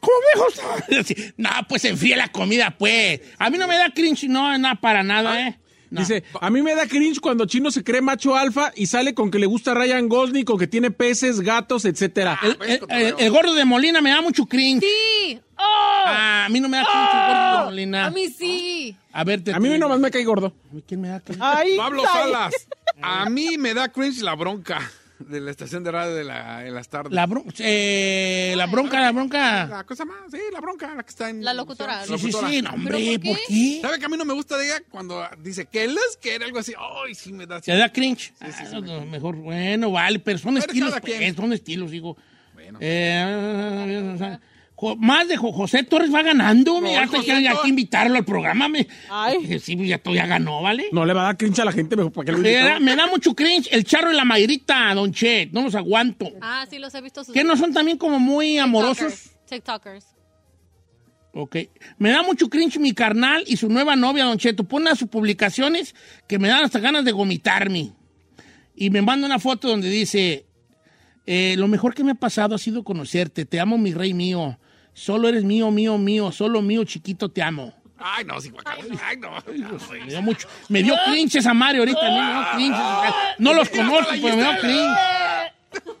Speaker 1: ¡Como viejos! No, pues enfría la comida, pues. A mí no me da cringe, no, nada, para nada, ¿eh?
Speaker 2: Dice, a mí me da cringe cuando Chino se cree macho alfa y sale con que le gusta Ryan Gosling, con que tiene peces, gatos, etcétera.
Speaker 1: El, el- el- el gordo de Molina me da mucho cringe.
Speaker 3: Sí. ¡Oh!
Speaker 1: Ah, a mí no me da cringe el gordo de Molina.
Speaker 3: A mí sí.
Speaker 1: A ver, te
Speaker 2: A mí nomás me cae gordo.
Speaker 1: ¿A mí ¿Quién me da cringe?
Speaker 4: Ay,
Speaker 5: Pablo
Speaker 4: ay.
Speaker 5: Salas, a mí me da cringe la bronca de la estación de radio de, la- en las tardes.
Speaker 1: La, bron- eh, la bronca, la bronca.
Speaker 5: La cosa más, sí, la bronca, la que está en...
Speaker 3: La locutora.
Speaker 1: Sí, sí, sí, no, hombre,
Speaker 3: ¿Pero por
Speaker 1: ¿por
Speaker 3: qué?
Speaker 1: qué?
Speaker 5: ¿Sabe que a mí no me gusta de ella cuando dice que les quiere algo así? Ay, sí me da...
Speaker 1: Se da cringe.
Speaker 5: sí,
Speaker 1: Ah,
Speaker 5: sí, me
Speaker 1: no, mejor, bueno, vale, pero son
Speaker 5: Pero
Speaker 1: estilos,
Speaker 5: cada
Speaker 1: pues,
Speaker 5: quien.
Speaker 1: son estilos, digo.
Speaker 5: Bueno.
Speaker 1: Eh, o sea, jo- más de Jo- José Torres va ganando, me hasta
Speaker 5: José
Speaker 1: que hay
Speaker 5: Torres.
Speaker 1: que invitarlo al programa. Me,
Speaker 4: Ay.
Speaker 1: Sí, pues, ya, ya ganó, ¿vale?
Speaker 2: No le va a dar cringe a la gente, mejor para que lo
Speaker 1: Me da,
Speaker 2: invitamos?
Speaker 1: me da mucho cringe el charro y la mairita, don Che, no los aguanto.
Speaker 3: Ah, sí, los he visto. Sus
Speaker 1: ¿Que no son también como muy amorosos?
Speaker 3: TikTokers. TikTokers.
Speaker 1: Ok. Me da mucho cringe mi carnal y su nueva novia, Don Cheto. Pone a sus publicaciones que me dan hasta ganas de vomitarme. Y me manda una foto donde dice, eh, lo mejor que me ha pasado ha sido conocerte. Te amo, mi rey mío. Solo eres mío, mío, mío. Solo mío, chiquito, te amo.
Speaker 5: Ay, no, sí, guacala. Ay, no.
Speaker 1: Me dio mucho. Me dio cringe esa Mario ahorita. a mí me dio cringe esa cara. No los conozco, pero me dio cringe.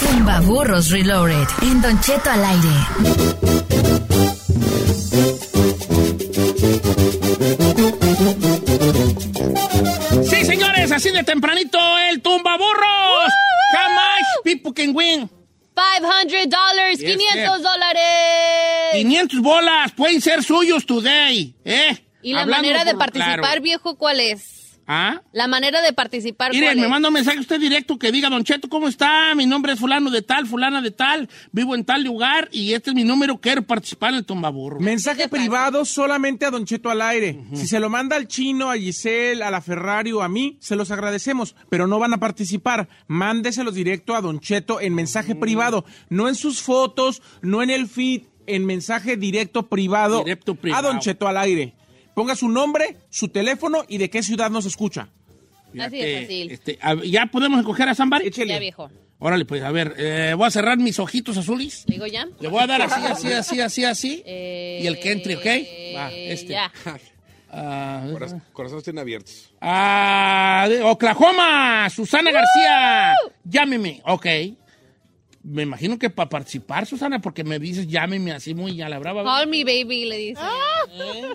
Speaker 6: Tumbaburros Reloaded. En Don Cheto al aire.
Speaker 1: Sí, señores, así de tempranito, el tumba burros. Jamás people can win.
Speaker 3: $500,
Speaker 1: Yes,
Speaker 3: 500
Speaker 1: ma'am.
Speaker 3: dólares.
Speaker 1: 500 bolas pueden ser suyos today, ¿eh?
Speaker 3: ¿Y la
Speaker 1: Hablando
Speaker 3: manera de
Speaker 1: por-
Speaker 3: participar,
Speaker 1: claro.
Speaker 3: viejo, cuál es?
Speaker 1: ¿Ah?
Speaker 3: La manera de participar, ¿cuál
Speaker 1: Miren, me
Speaker 3: es?
Speaker 1: manda un mensaje usted directo que diga, Don Cheto, ¿cómo está? Mi nombre es fulano de tal, fulana de tal, vivo en tal lugar y este es mi número, quiero participar en el tumbaburro.
Speaker 2: Mensaje privado solamente a Don Cheto al aire. Si se lo manda al chino, a Giselle, a la Ferrari o a mí, se los agradecemos, pero no van a participar. Mándeselos directo a Don Cheto en mensaje privado, no en sus fotos, no en el feed, en mensaje directo privado,
Speaker 1: Directo privado.
Speaker 2: a Don Cheto al aire. Ponga su nombre, su teléfono y de qué ciudad nos escucha.
Speaker 3: Así de fácil.
Speaker 1: Este, a- ¿Ya podemos escoger a Zambari?
Speaker 2: Échele.
Speaker 3: Ya, viejo.
Speaker 1: Órale, pues, a ver, eh, voy a cerrar mis ojitos azules.
Speaker 3: ¿Le digo ya?
Speaker 1: Le voy a dar así, así, así, así, así.
Speaker 3: Eh,
Speaker 1: y el que entre, ¿ok? Va, este.
Speaker 3: Ya.
Speaker 1: Ah,
Speaker 5: Coraz- Corazones tienen abiertos.
Speaker 1: ah, de Oklahoma, Susana García. Llámeme, ok. Me imagino que para participar, Susana, porque me dices llámeme así muy a la brava.
Speaker 3: Call me baby, le dice. ¡Ah!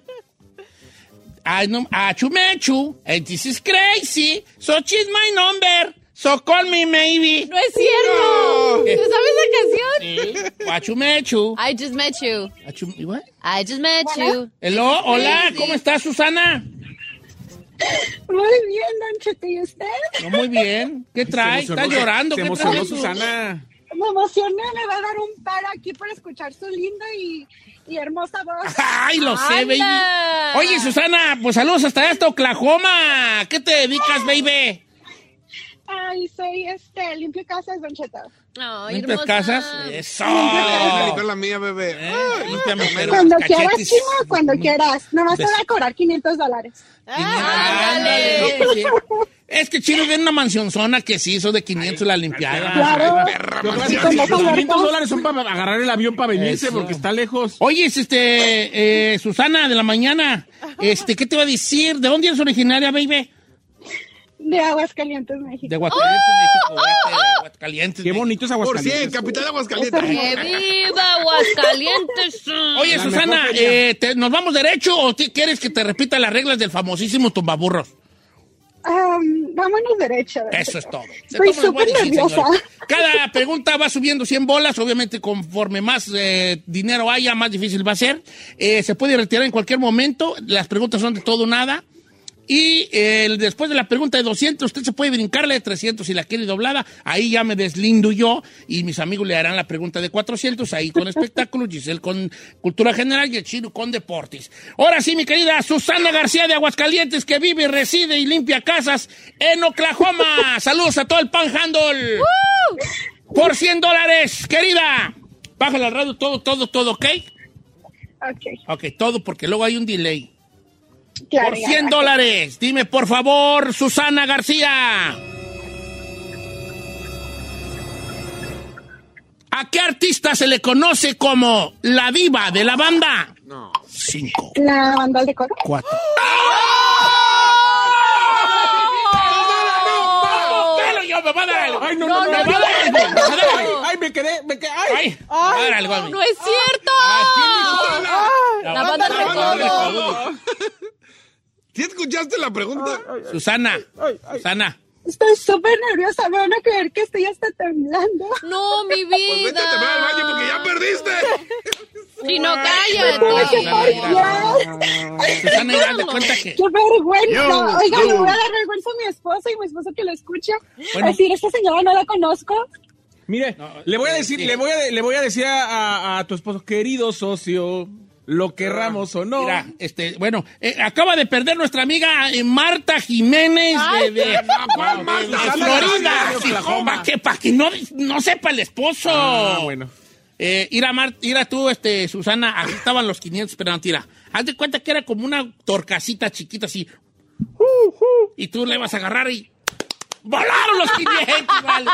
Speaker 1: I know, Achumechu, and this is crazy. So she's my number. So call me maybe.
Speaker 3: ¡No es cierto! ¿Tú sabes la canción?
Speaker 1: Sí. Achumechu.
Speaker 3: I just met you.
Speaker 1: Achum- ¿y what?
Speaker 3: I just met you.
Speaker 1: Hello, hola, ¿cómo estás, Susana?
Speaker 7: Muy bien, Don Cheto, ¿y usted?
Speaker 1: No, muy bien. ¿Qué trae?
Speaker 2: Se
Speaker 1: ¿Estás
Speaker 2: emocionó-
Speaker 1: llorando?
Speaker 2: Se
Speaker 1: ¿Qué
Speaker 2: emocionó
Speaker 1: traes?
Speaker 2: Susana.
Speaker 7: Me emocioné, me va a dar un par aquí por escuchar su linda y, y hermosa voz.
Speaker 1: Ay, lo sé, baby.
Speaker 3: Anda.
Speaker 1: Oye, Susana, pues saludos hasta hasta Oklahoma. ¿Qué te dedicas, baby?
Speaker 7: Ah, hermosa y soy este, limpio casas, Don Cheto.
Speaker 3: Ay,
Speaker 1: ¿Limpias
Speaker 3: hermosa.
Speaker 1: casas? ¡Eso!
Speaker 5: Con la mía, bebé.
Speaker 1: Eh,
Speaker 5: Ay,
Speaker 1: límpiame, pero
Speaker 7: Cuando
Speaker 1: los
Speaker 7: quieras,
Speaker 1: cachetes.
Speaker 7: chino, cuando quieras. Nomás te
Speaker 1: Des-
Speaker 7: voy a cobrar 500 dólares.
Speaker 3: Ah,
Speaker 1: Ándale. Sí. Es que Chino viene una mansionzona que se hizo de 500 la limpiada.
Speaker 7: Claro.
Speaker 5: perra,
Speaker 7: Yo creo que
Speaker 2: Los
Speaker 5: man.
Speaker 7: con esa
Speaker 2: 500
Speaker 7: Alberto,
Speaker 2: dólares son para agarrar el avión para venirse
Speaker 1: Eso.
Speaker 2: porque está lejos.
Speaker 1: Oye, es este, eh, Susana de la mañana, este, ¿qué te va a decir? ¿De dónde eres originaria, baby?
Speaker 7: de Aguascalientes,
Speaker 1: De
Speaker 7: México.
Speaker 1: Aguascalientes, México. Guate, Aguascalientes.
Speaker 2: Qué
Speaker 1: México.
Speaker 2: bonito es
Speaker 5: Por cien,
Speaker 2: Aguascalientes.
Speaker 5: capital de Aguascalientes.
Speaker 3: ¡Que viva Aguascalientes!
Speaker 1: Oye,
Speaker 2: La
Speaker 1: Susana,
Speaker 2: mejor feria.
Speaker 1: eh, te- ¿nos vamos derecho o ti- quieres que te repita las reglas del famosísimo tumbaburros?
Speaker 7: Am, vámonos derecho. Don
Speaker 1: Eso es
Speaker 7: Cheto.
Speaker 1: todo. Se
Speaker 7: Estoy
Speaker 1: toma el buen
Speaker 7: súper
Speaker 1: decir,
Speaker 7: nerviosa.
Speaker 1: señores. Cada pregunta va subiendo 100 bolas. Obviamente, conforme más eh, dinero haya, más difícil va a ser. Eh, se puede retirar en cualquier momento. Las preguntas son de todo o nada. Y eh, después de la pregunta de 200, usted se puede brincarle de 300 si la quiere doblada. Ahí ya me deslindo yo y mis amigos le harán la pregunta de 400. Ahí con espectáculos, Giselle con cultura general y el chino con deportes. Ahora sí, mi querida Susana García de Aguascalientes, que vive, reside y limpia casas en Oklahoma. Saludos a todo el panhandle. Por 100 dólares, querida. Bájale al radio todo, todo, todo, ¿ok?
Speaker 7: Ok,
Speaker 1: Ok, todo, porque luego hay un delay.
Speaker 7: claro.
Speaker 1: Por
Speaker 7: ya,
Speaker 1: 100
Speaker 7: gracias.
Speaker 1: dólares. Dime, por favor, Susana García. ¿A qué artista se le conoce como la diva de la banda? No. Cinco,
Speaker 7: La banda de coro.
Speaker 1: cuatro. Pero yo me va a dar algo.
Speaker 2: Ay, no, no, no.
Speaker 1: Me va a dar algo, me va a dar
Speaker 2: Ay,
Speaker 1: algo.
Speaker 2: ay, me quedé, me quedé. Ay,
Speaker 1: Ay, me va a dar algo a mí.
Speaker 3: ¡No es cierto! La banda
Speaker 1: del
Speaker 3: recodo.
Speaker 1: recodo.
Speaker 5: ¿Sí escuchaste la pregunta?
Speaker 1: Susana, Susana.
Speaker 7: Estoy súper nerviosa. Me van a creer que estoy hasta temblando.
Speaker 3: ¡No, mi
Speaker 5: Pues vete
Speaker 3: vida!
Speaker 5: a te al baño porque ya perdiste.
Speaker 3: ¡Si no,
Speaker 7: Tuve que
Speaker 1: mira,
Speaker 3: cállate!
Speaker 1: mira,
Speaker 7: parar.
Speaker 1: Susana, haz de cuenta que...
Speaker 7: ¡Qué vergüenza!
Speaker 5: Yo,
Speaker 7: Oiga,
Speaker 5: yo.
Speaker 7: le voy a dar vergüenza a mi esposa y mi esposo que lo escucha.
Speaker 1: Bueno.
Speaker 7: Decir, esta señora no la conozco.
Speaker 2: Mire,
Speaker 1: No,
Speaker 2: le voy a
Speaker 1: eh,
Speaker 2: decir,
Speaker 1: sí.
Speaker 2: le voy a, le voy a decir a, a- a tu esposo, querido socio, lo querramos o no.
Speaker 1: Ah, Mira, este, bueno, eh, acaba de perder nuestra amiga eh, Marta Jiménez de, de-
Speaker 5: ¿cuál
Speaker 1: de-
Speaker 5: Marta?
Speaker 1: de
Speaker 5: Marta
Speaker 1: Florida,
Speaker 5: García de
Speaker 1: Oklahoma,
Speaker 5: Oklahoma.
Speaker 1: que para que no, no sepa el esposo.
Speaker 2: Ah, bueno.
Speaker 1: Eh, ir, a Mar- ir a tú, este, Susana, aquí estaban los 500, pero no, tira. Haz de cuenta que era como una torcasita chiquita así. Y tú la ibas a agarrar y volaron los 500, vale.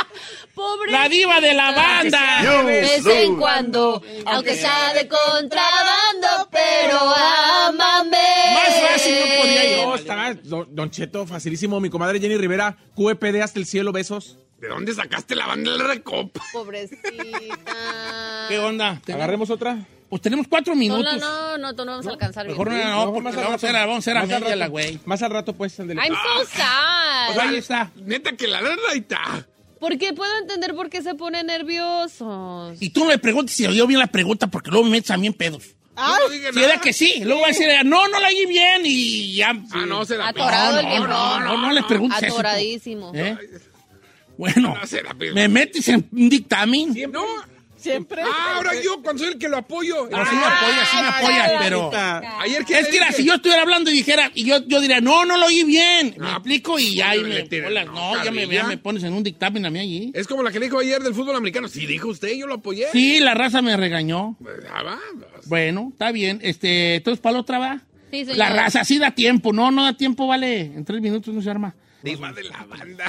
Speaker 3: ¡Pobre!
Speaker 1: La diva de la banda.
Speaker 3: De vez en cuando, aunque sea de contrabando, pero ámame.
Speaker 1: Más fácil no podía ir.
Speaker 2: No, está, don, don Cheto, facilísimo. Mi comadre Jenny Rivera, QEPD hasta el cielo, besos.
Speaker 5: ¿De dónde sacaste la banda del recopa?
Speaker 3: Pobrecita.
Speaker 1: ¿Qué onda?
Speaker 2: Agarremos otra.
Speaker 1: Pues tenemos cuatro
Speaker 3: Hola,
Speaker 1: minutos.
Speaker 3: no, no, no vamos a alcanzar bien.
Speaker 1: Mejor no, no,
Speaker 2: No,
Speaker 1: porque
Speaker 2: más
Speaker 1: la
Speaker 2: al
Speaker 1: vamos a hacer,
Speaker 2: rato.
Speaker 1: la vamos a hacer a
Speaker 2: Más al
Speaker 1: media
Speaker 2: rato.
Speaker 1: la güey.
Speaker 2: Más al rato, pues, el del...
Speaker 3: I'm so
Speaker 1: Pues
Speaker 3: sad.
Speaker 1: ahí está.
Speaker 5: Neta que la lana ahí está.
Speaker 3: Porque puedo entender por qué se pone nerviosos.
Speaker 1: Y tú no me preguntes si oyó bien la pregunta, porque luego me metes también pedos.
Speaker 5: No lo dije
Speaker 1: Si era
Speaker 5: nada.
Speaker 1: que sí, luego va a decir, no, no la oí bien y ya.
Speaker 5: Ah, no, se la pegó.
Speaker 3: Atorado el
Speaker 1: no,
Speaker 3: viejón.
Speaker 1: no, no, no les preguntes eso, tú.
Speaker 3: Atoradísimo.
Speaker 1: ¿Eh? Bueno,
Speaker 5: No, se la pegó.
Speaker 1: me metes en un dictamen.
Speaker 5: No.
Speaker 4: Siempre.
Speaker 5: Ah, ahora yo, cuando soy el que lo apoyo. Ah,
Speaker 1: No, sí me apoyas, sí me apoyas, pero...
Speaker 5: Ayer que
Speaker 1: Es que era, si yo estuviera hablando y dijera, y yo, yo diría, no, no lo oí bien, me
Speaker 5: Ah,
Speaker 1: explico y ya, y
Speaker 5: no
Speaker 1: me,
Speaker 5: le tires,
Speaker 1: bolas,
Speaker 5: no,
Speaker 1: no, ya me, ya
Speaker 5: carrilla.
Speaker 1: me pones en un dictamen a mí allí.
Speaker 5: Es como la que le dijo ayer del fútbol americano. Sí, dijo usted, yo lo apoyé.
Speaker 1: Sí, la raza me regañó.
Speaker 5: Pues, ah, vamos.
Speaker 1: Bueno, está bien. Este, entonces, ¿para la otra va?
Speaker 3: Sí, señor.
Speaker 1: La raza sí da tiempo. No, no da tiempo, vale. En tres minutos no se arma.
Speaker 5: Diva de la banda.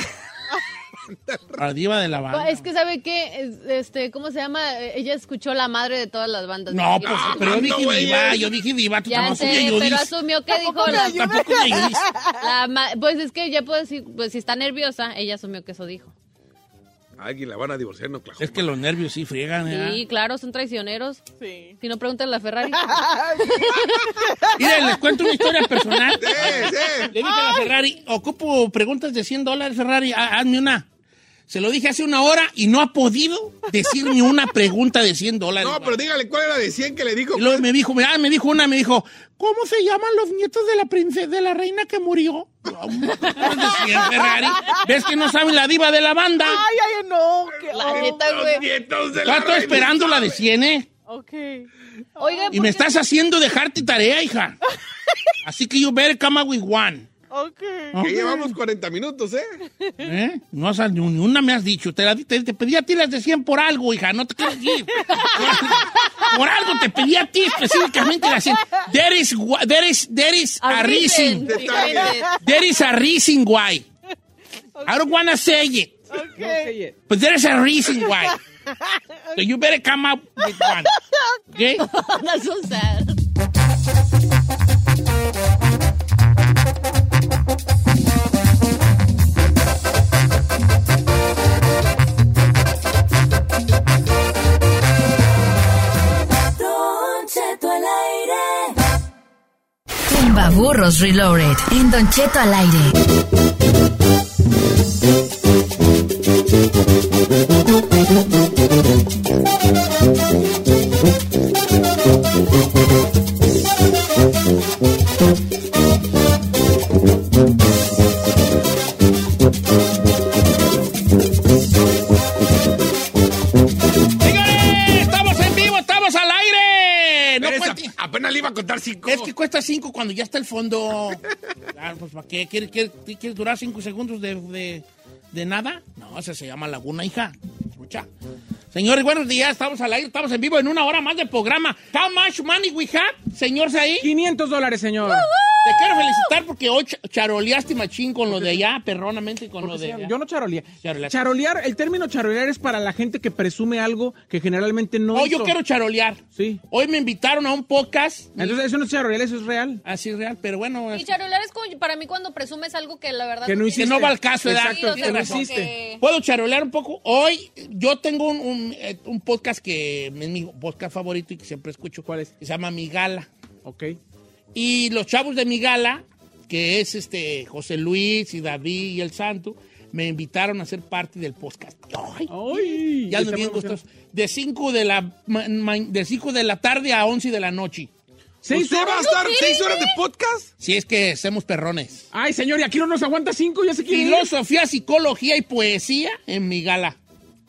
Speaker 1: La diva de la banda.
Speaker 3: Ah, Es que sabe qué, Es- este, ¿cómo se llama? Eh, Ella escuchó la madre de todas las bandas.
Speaker 1: No, pues, pero yo
Speaker 5: no,
Speaker 1: dije
Speaker 5: güey.
Speaker 1: diva, yo dije diva. Tú
Speaker 3: ya
Speaker 1: tampoco me
Speaker 3: sé, pero
Speaker 1: ayudís.
Speaker 3: asumió que dijo la,
Speaker 1: Tampoco me ayudís.
Speaker 3: la ma- pues es que ya puedo decir, pues si está nerviosa, ella asumió que eso dijo.
Speaker 5: A Alguien la van a divorciar en Oklahoma.
Speaker 1: Es que los nervios sí friegan, ¿eh?
Speaker 3: Sí, claro, son traicioneros.
Speaker 4: Sí.
Speaker 3: Si no preguntan a la Ferrari.
Speaker 1: Miren, les cuento una historia personal.
Speaker 5: Sí, sí.
Speaker 1: Le dije a la Ferrari, ocupo preguntas de 100 dólares, Ferrari, ha- hazme una. Se lo dije hace una hora y no ha podido decirme una pregunta de 100 dólares.
Speaker 5: No, pero dígale cuál era de 100 que le dijo.
Speaker 1: Y luego me dijo, ah, me dijo una, me dijo, ¿cómo se llaman los nietos de la princesa, de la reina que murió? No, no es cierto, Ferrari. ¿Ves que no saben la diva de la banda?
Speaker 4: Ay, ay, no. qué-
Speaker 3: La
Speaker 4: oh,
Speaker 3: neta,
Speaker 5: Los
Speaker 3: güey.
Speaker 5: nietos de la
Speaker 1: Estaba todo
Speaker 5: reina.
Speaker 1: esperando la de 100, ¿eh?
Speaker 4: Ok.
Speaker 3: Oiga,
Speaker 1: Y me
Speaker 3: ¿por qué-
Speaker 1: estás haciendo dejarte tarea, hija. Así que you better come up with one.
Speaker 4: Ok.
Speaker 5: Ya llevamos 40 minutos, ¿eh?
Speaker 1: ¿Eh? No has- ni una me has dicho. Te, la- te- te pedí a ti las de 100 por algo, hija. No te quieres ir. Por- por algo te pedí a ti específicamente las 100. There is, wh- there is, there is a reason.
Speaker 3: Avisen, diferentes.
Speaker 1: There is a reason why. I don't wanna say it.
Speaker 4: Ok.
Speaker 1: But there is a reason why. So you better come up with one. Okay?
Speaker 3: That's so sad.
Speaker 6: Tumba Burros Reloaded. En Don Cheto al aire.
Speaker 1: Señores, estamos en vivo, estamos al aire. No
Speaker 5: Pero esa-
Speaker 1: cuente-
Speaker 5: apenas le iba a contar 5.
Speaker 1: Es que cuesta 5 cuando ya está el fondo. Ah, pues, ¿para qué? ¿Quieres, quieres- quieres durar 5 segundos de, de- de nada? No, esa se llama Laguna, hija. Escucha. Señores, buenos días. Estamos al aire, estamos en vivo en una hora más del programa. How much money we have, señor Saí?
Speaker 2: 500 dólares, señor.
Speaker 1: Te quiero felicitar porque hoy ch- charoleaste machín con lo de allá, perronamente con lo de allá.
Speaker 2: Yo no charolía.
Speaker 1: Charolear.
Speaker 2: Charolear, el término charolear es para la gente que presume algo que generalmente no
Speaker 1: Hoy Oh, yo
Speaker 2: hizo.
Speaker 1: quiero charolear.
Speaker 2: Sí.
Speaker 1: Hoy me invitaron a un podcast.
Speaker 2: Entonces, eso no es charolear, eso es real.
Speaker 1: Así es real, pero bueno.
Speaker 3: Y charolear es como- para mí cuando presumes algo que la verdad
Speaker 2: Que no
Speaker 1: Que
Speaker 2: hiciste.
Speaker 1: no va al caso, ¿verdad?
Speaker 3: Exacto,
Speaker 1: Tienes
Speaker 2: que no
Speaker 1: razón.
Speaker 2: hiciste.
Speaker 1: ¿Puedo charolear un poco? Hoy yo tengo un, un, eh, un podcast que es mi podcast favorito y que siempre escucho.
Speaker 2: ¿Cuál es?
Speaker 1: Que se llama Mi Gala.
Speaker 2: Ok.
Speaker 1: Y los chavos de Mi Gala, que es este José Luis y David y el Santo, me invitaron a ser parte del podcast. Ay,
Speaker 2: Ay,
Speaker 1: ya
Speaker 2: está
Speaker 1: nos bien
Speaker 2: muy
Speaker 1: gustoso. De 5 de, la ma- ma- de cinco de la tarde a 11 de la noche.
Speaker 2: ¿Seis
Speaker 5: ¿Usted va a
Speaker 2: horas?
Speaker 5: estar 6 horas de podcast?
Speaker 1: Si es que hacemos perrones.
Speaker 2: Ay, señor, y aquí no nos aguanta cinco, ya se quiere ir.
Speaker 1: Filosofía, psicología y poesía en mi gala.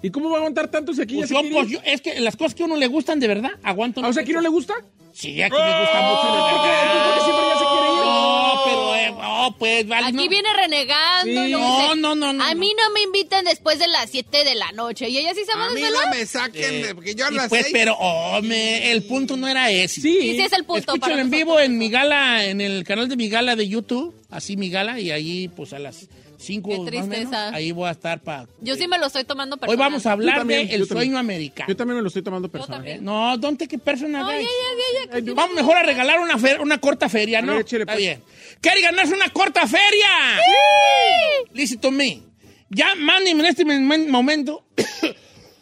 Speaker 2: ¿Y cómo va a aguantar tanto si aquí ya
Speaker 1: Pues
Speaker 2: se
Speaker 1: yo,
Speaker 2: quiere
Speaker 1: pues
Speaker 2: ir?
Speaker 1: yo- es que las cosas que a uno le gustan de verdad, aguanto.
Speaker 2: Ah, o sea, ¿aquí no le gusta?
Speaker 1: Sí, aquí me gusta mucho de verdad.
Speaker 2: Porque siempre ya se quiere ir.
Speaker 1: No, pero, eh, no, pues, vale.
Speaker 3: Aquí
Speaker 1: no.
Speaker 3: viene renegando.
Speaker 2: Sí.
Speaker 3: y luego
Speaker 1: No,
Speaker 3: dice,
Speaker 1: no, no, no,
Speaker 3: A
Speaker 1: no.
Speaker 3: mí no me invitan después de las 7 de la noche. Y ella sí se va
Speaker 5: A
Speaker 3: a
Speaker 5: mí
Speaker 3: desvelar.
Speaker 5: no me saquen, de- porque yo a
Speaker 1: Sí,
Speaker 5: las
Speaker 1: pues,
Speaker 5: 6.
Speaker 1: pero, hombre, el punto no era ese.
Speaker 2: Sí.
Speaker 3: Sí, sí es el punto.
Speaker 1: Escúchalo
Speaker 3: para
Speaker 1: en
Speaker 3: nosotros.
Speaker 1: vivo en mi gala, en el canal de mi gala de YouTube, así mi gala, y ahí, pues, a las 5
Speaker 3: Qué
Speaker 1: más o menos,
Speaker 3: tristeza.
Speaker 1: ahí voy a estar para...
Speaker 3: Yo sí me lo estoy tomando
Speaker 1: Hoy
Speaker 3: personal.
Speaker 1: vamos a hablar
Speaker 2: Yo también,
Speaker 1: de el
Speaker 2: yo también.
Speaker 1: sueño americano.
Speaker 2: Yo también me lo estoy tomando personal.
Speaker 3: también.
Speaker 1: Eh, No, ¿dónde qué persona
Speaker 3: Ay, ay,
Speaker 1: ves?
Speaker 3: ay, ay, ay,
Speaker 1: Vamos mejor a regalar una, fer- una corta feria, ¿no?
Speaker 2: ver, échale,
Speaker 1: Está
Speaker 2: pues.
Speaker 1: bien. ¿Quiere ganarse una corta feria? ¡Sí! Listen to me. Ya, mándenme en este men- momento.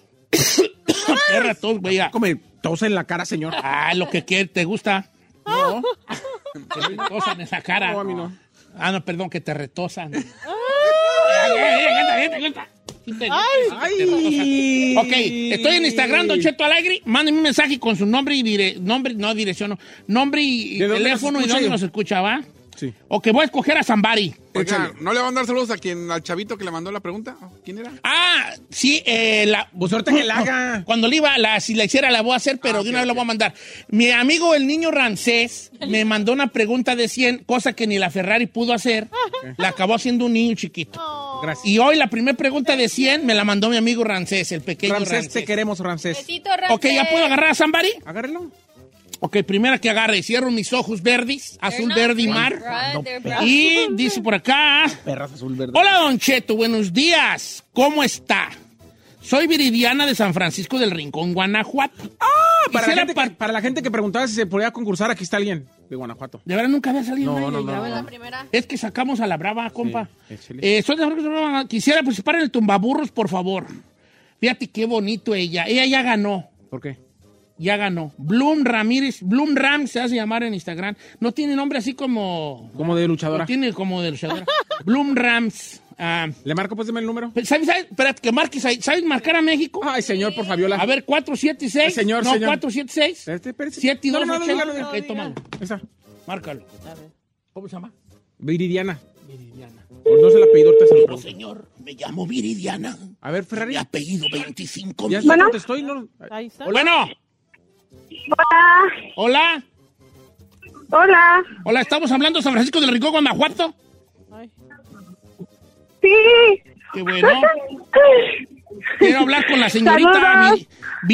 Speaker 1: Perra, tos, güey, ya.
Speaker 2: Come tos en la cara, señor.
Speaker 1: Ah, lo que quiere, ¿te gusta?
Speaker 2: No.
Speaker 1: Que te retosan esa cara.
Speaker 2: No, a mí no.
Speaker 1: Ah, no, perdón, que te retosan. Ay, ay, ay, te gusta, te gusta. Sí te gusta, sí te retosan.
Speaker 2: Ay.
Speaker 1: Ok, estoy en Instagram, Don Cheto Alegre. Mándeme un mensaje con su nombre y dire, nombre, no dirección, no, nombre y, y
Speaker 2: ¿De dónde
Speaker 1: teléfono
Speaker 2: nos
Speaker 1: y
Speaker 2: escucha
Speaker 1: dónde
Speaker 2: yo?
Speaker 1: nos escucha, ¿va?
Speaker 2: Sí.
Speaker 1: O que voy a escoger a Zambari.
Speaker 5: Oiga, ¿no le van a dar saludos a quien, al chavito que le mandó la pregunta? ¿Quién era?
Speaker 1: Ah, sí, eh, la,
Speaker 2: Pues ahorita que la haga. Ah,
Speaker 1: cuando le iba, la, si la hiciera la voy a hacer, pero de una vez la voy a mandar. Mi amigo el niño Rancés me mandó una pregunta de 100, cosa que ni la Ferrari pudo hacer. La acabó haciendo un niño chiquito.
Speaker 2: Gracias.
Speaker 1: Y hoy la primera pregunta de 100 me la mandó mi amigo Rancés, el pequeño Rancés.
Speaker 2: Ramsés, Pues te queremos, Ramsés.
Speaker 3: Besito, Ramsés.
Speaker 1: Ok, ¿ya puedo agarrar a Zambari?
Speaker 2: Agárrelo.
Speaker 1: Ok, primera que agarre, cierro mis ojos verdes,
Speaker 3: They're
Speaker 1: azul,
Speaker 3: not
Speaker 1: verde y
Speaker 3: green,
Speaker 1: mar. Ah,
Speaker 3: right? They're brown.
Speaker 1: Y dice por acá,
Speaker 2: Perras azul verde.
Speaker 1: hola Don Cheto, buenos días, ¿cómo está? Soy Viridiana de San Francisco del Rincón, Guanajuato. ¡Ah!
Speaker 2: Para la, gente que, para la gente que preguntaba si se podía concursar, aquí está alguien de Guanajuato.
Speaker 1: De verdad nunca había salido nadie ahí, la
Speaker 3: Fue
Speaker 1: verdad.
Speaker 3: la primera.
Speaker 1: Es que sacamos a la brava, compa.
Speaker 2: échale.
Speaker 1: Eh, soy de San Francisco del Rincón, Quisiera participar en el tumbaburros, por favor. Fíjate qué bonito ella. Ella ya ganó.
Speaker 2: ¿Por qué?
Speaker 1: Ya ganó. Bloom Ramírez, Bloom Ram se hace llamar en Instagram. No tiene nombre así como
Speaker 2: Como de
Speaker 1: Lo
Speaker 2: luchadora.
Speaker 1: tiene como de luchadora. Bloom Rams. Ah,
Speaker 2: ¿Le marco pues dime el número?
Speaker 1: ¿Sabes? sabes? Espérate, que marques ahí. ¿Sabes marcar a México?
Speaker 2: Ay, señor, por Fabiola.
Speaker 1: A ver, 476.
Speaker 2: Ah, señor,
Speaker 1: no,
Speaker 2: señor.
Speaker 1: 476.
Speaker 2: Espérate, espérate.
Speaker 1: 7 y
Speaker 2: No,
Speaker 1: 2.
Speaker 2: no, no, dígalo, dígalo.
Speaker 1: ok, tómalo.
Speaker 2: Ahí está.
Speaker 1: Márcalo. ¿Cómo se llama?
Speaker 2: Viridiana.
Speaker 1: Viridiana.
Speaker 2: O No se la apellido ahorita se lo
Speaker 1: Oh,
Speaker 2: pregunto.
Speaker 1: señor, me llamo Viridiana.
Speaker 2: A ver, Ferrari.
Speaker 1: Mi apellido 25.
Speaker 2: Ya
Speaker 1: mil.
Speaker 2: se contestó y no.
Speaker 4: Ahí está.
Speaker 1: Bueno,
Speaker 7: Hola.
Speaker 1: hola.
Speaker 7: Hola.
Speaker 1: Hola, estamos hablando de San Francisco del Rincón, Guanajuato.
Speaker 4: Ay.
Speaker 7: Sí.
Speaker 1: Qué bueno. Quiero hablar con la señorita
Speaker 7: Saludos.
Speaker 1: Vi-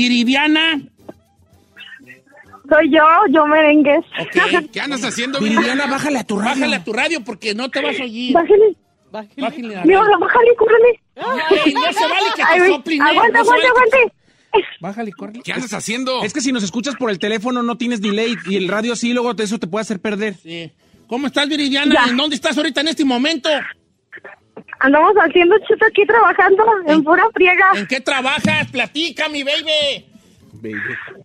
Speaker 1: Viridiana.
Speaker 7: Soy yo, yo merengues.
Speaker 1: Ok.
Speaker 5: ¿Qué andas haciendo, Viridiana?
Speaker 2: Viridiana, bájale a tu radio.
Speaker 1: Bájale a tu radio porque no te vas a oír.
Speaker 7: Bájale.
Speaker 1: Bájale a
Speaker 7: Mi hora, bájale, córrele.
Speaker 1: Ey, no se vale que
Speaker 7: Ay,
Speaker 1: te
Speaker 7: güey.
Speaker 1: soplen. eh.
Speaker 7: Aguanta,
Speaker 1: No
Speaker 7: aguanta,
Speaker 1: se vale que-
Speaker 7: aguante.
Speaker 1: Bájale, corre.
Speaker 5: ¿Qué andas haciendo?
Speaker 2: Es que si nos escuchas por el teléfono no tienes delay y el radio sí, luego te- eso te puede hacer perder.
Speaker 1: Sí. ¿Cómo estás, Viridiana?
Speaker 7: Ya.
Speaker 1: ¿En dónde estás ahorita en este momento?
Speaker 7: Andamos haciendo chuta aquí trabajando en pura friega.
Speaker 1: ¿En qué trabajas? Platica, mi baby.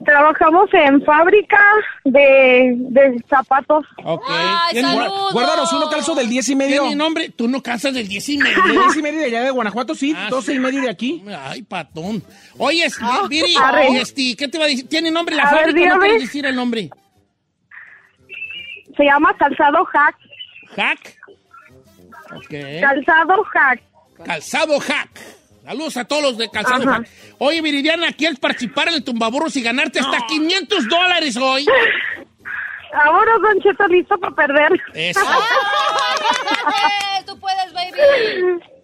Speaker 7: Trabajamos en fábrica de, de zapatos.
Speaker 1: Ok.
Speaker 3: Ay,
Speaker 1: ¿Tienes-
Speaker 3: salud.
Speaker 1: Gua-
Speaker 2: Guárdanos uno calzo del 10 y medio.
Speaker 1: ¿Tiene mi nombre? Tú no casas del 10 y medio.
Speaker 2: Del 10 y medio de allá de Guanajuato, sí.
Speaker 1: Ah,
Speaker 2: 12 y medio de aquí.
Speaker 1: Ay, patón. Oye, es- Viri,
Speaker 7: arre.
Speaker 1: y este, ¿qué te va a decir? ¿Tiene nombre la
Speaker 7: Ah, A ver,
Speaker 1: fábrica? o no
Speaker 7: dígame.
Speaker 1: quieres decir el nombre?
Speaker 7: Se llama calzado hack.
Speaker 1: ¿Hack? Ok.
Speaker 7: Calzado hack.
Speaker 1: Calzado Hack. Saludos a todos los de Calzado
Speaker 7: Ajá.
Speaker 1: Hack. Oye, Viridiana, ¿quieres participar en el tumbaburros y ganarte hasta 500 dólares hoy?
Speaker 7: Ahora Don Cheto listo para perder.
Speaker 1: Eso.
Speaker 3: ¡Ay, Eh, ¡Tú puedes, baby!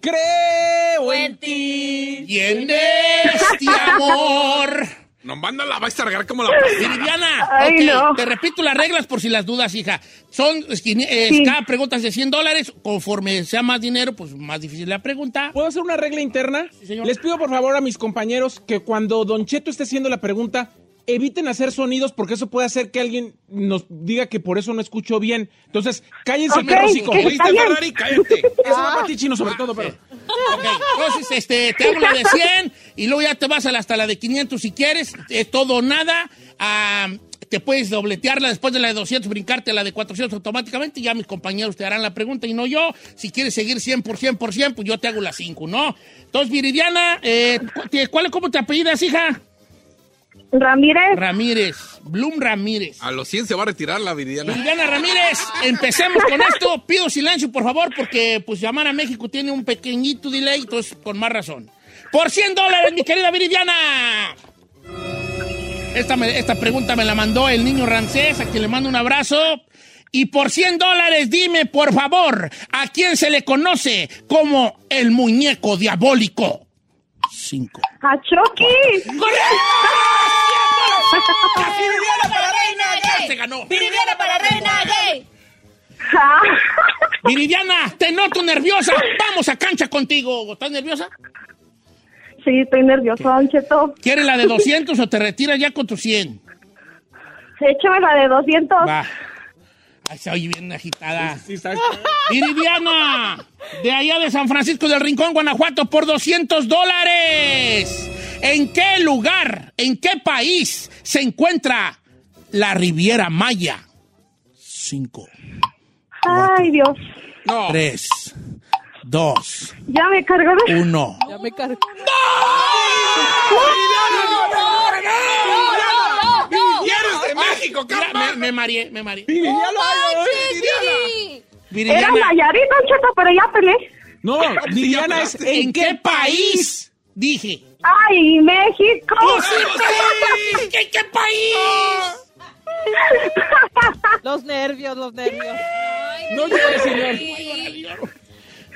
Speaker 2: Creo
Speaker 3: en
Speaker 2: en ti.
Speaker 1: Y en este amor.
Speaker 5: Nomás no la va a cargar como la pasada.
Speaker 1: Viridiana,
Speaker 7: Ay,
Speaker 1: ok,
Speaker 7: no.
Speaker 1: te repito las reglas por si las dudas, hija. Son, es que, eh,
Speaker 7: Sí.
Speaker 1: cada pregunta es de 100 dólares. Conforme sea más dinero, pues más difícil la pregunta.
Speaker 2: ¿Puedo hacer una regla interna?
Speaker 1: señor.
Speaker 2: Les pido por favor a mis compañeros que cuando Don Cheto esté haciendo la pregunta, eviten hacer sonidos porque eso puede hacer que alguien nos diga que por eso no escuchó bien. Entonces, cállense,
Speaker 7: Ok,
Speaker 2: mi hocico.
Speaker 7: que-
Speaker 5: Oíste,
Speaker 7: está bien. Ah.
Speaker 5: Ferrari, cállate.
Speaker 2: Eso va para ti, Chino, sobre todo,
Speaker 1: Ah,
Speaker 2: pero...
Speaker 1: Ok, entonces este, te hago la de 100 y luego ya te vas a la- hasta la de 500 si quieres. Es todo o nada. Ah, te puedes dobletearla después de la de 200, brincarte la de 400 automáticamente y ya mis compañeros te harán la pregunta y no yo. Si quieres seguir 100 por 100 por 100, pues yo te hago la 5, ¿no? Entonces, Viridiana, eh, cu- te- ¿cuál, ¿cómo te apellidas, hija?
Speaker 7: Ramírez,
Speaker 1: Ramírez, Bloom Ramírez.
Speaker 5: A los 100 se va a retirar la Viridiana.
Speaker 1: Liliana Ramírez, empecemos con esto. Pido silencio, por favor, porque pues llamar a México tiene un pequeñito delay, entonces con más razón. Por 100 dólares, mi querida Viridiana. Esta, me- esta pregunta me la mandó el niño Rancés, a quien le mando un abrazo. Y por 100 dólares, dime, por favor, ¿a quién se le conoce como el muñeco diabólico? Cinco.
Speaker 7: a Chucky.
Speaker 1: ¡Viridiana para reina! ¡Ya se ganó!
Speaker 3: ¡Viviana para reina gay!
Speaker 7: Ah,
Speaker 1: Viridiana, te noto nerviosa. Vamos a cancha contigo. ¿Estás nerviosa?
Speaker 7: Sí, estoy nerviosa, Don Cheto.
Speaker 1: ¿Quieres la de 200 o te retiras ya con tus 100?
Speaker 7: Échame la de 200.
Speaker 1: Va. Ay, se oye bien agitada.
Speaker 2: Sí, está-
Speaker 1: Viridiana, de allá de San Francisco del Rincón, Guanajuato, por 200 dólares. ¿En qué lugar, en qué país se encuentra la Riviera Maya? 5,
Speaker 7: Ay, Dios.
Speaker 1: 3, 2,
Speaker 7: Ya me cargó de...
Speaker 1: 1.
Speaker 4: Ya me cargo.
Speaker 3: ¡No, no, no!
Speaker 5: ¡Viridiana es de México,
Speaker 1: Mira, me,
Speaker 5: carnal!
Speaker 1: me mareé, me mareé.
Speaker 3: ¡Manches, Viri!
Speaker 7: Era
Speaker 1: Viridiana,
Speaker 7: Nayarit, Don Cheto, pero ya peleé.
Speaker 2: No, Liliana es...
Speaker 1: ¿en qué país? Dije. ¡Oh,
Speaker 7: Ay, México.
Speaker 1: ¡Sí! ¿Qué, qué país?
Speaker 4: Los nervios, los nervios.
Speaker 2: No llores, señor.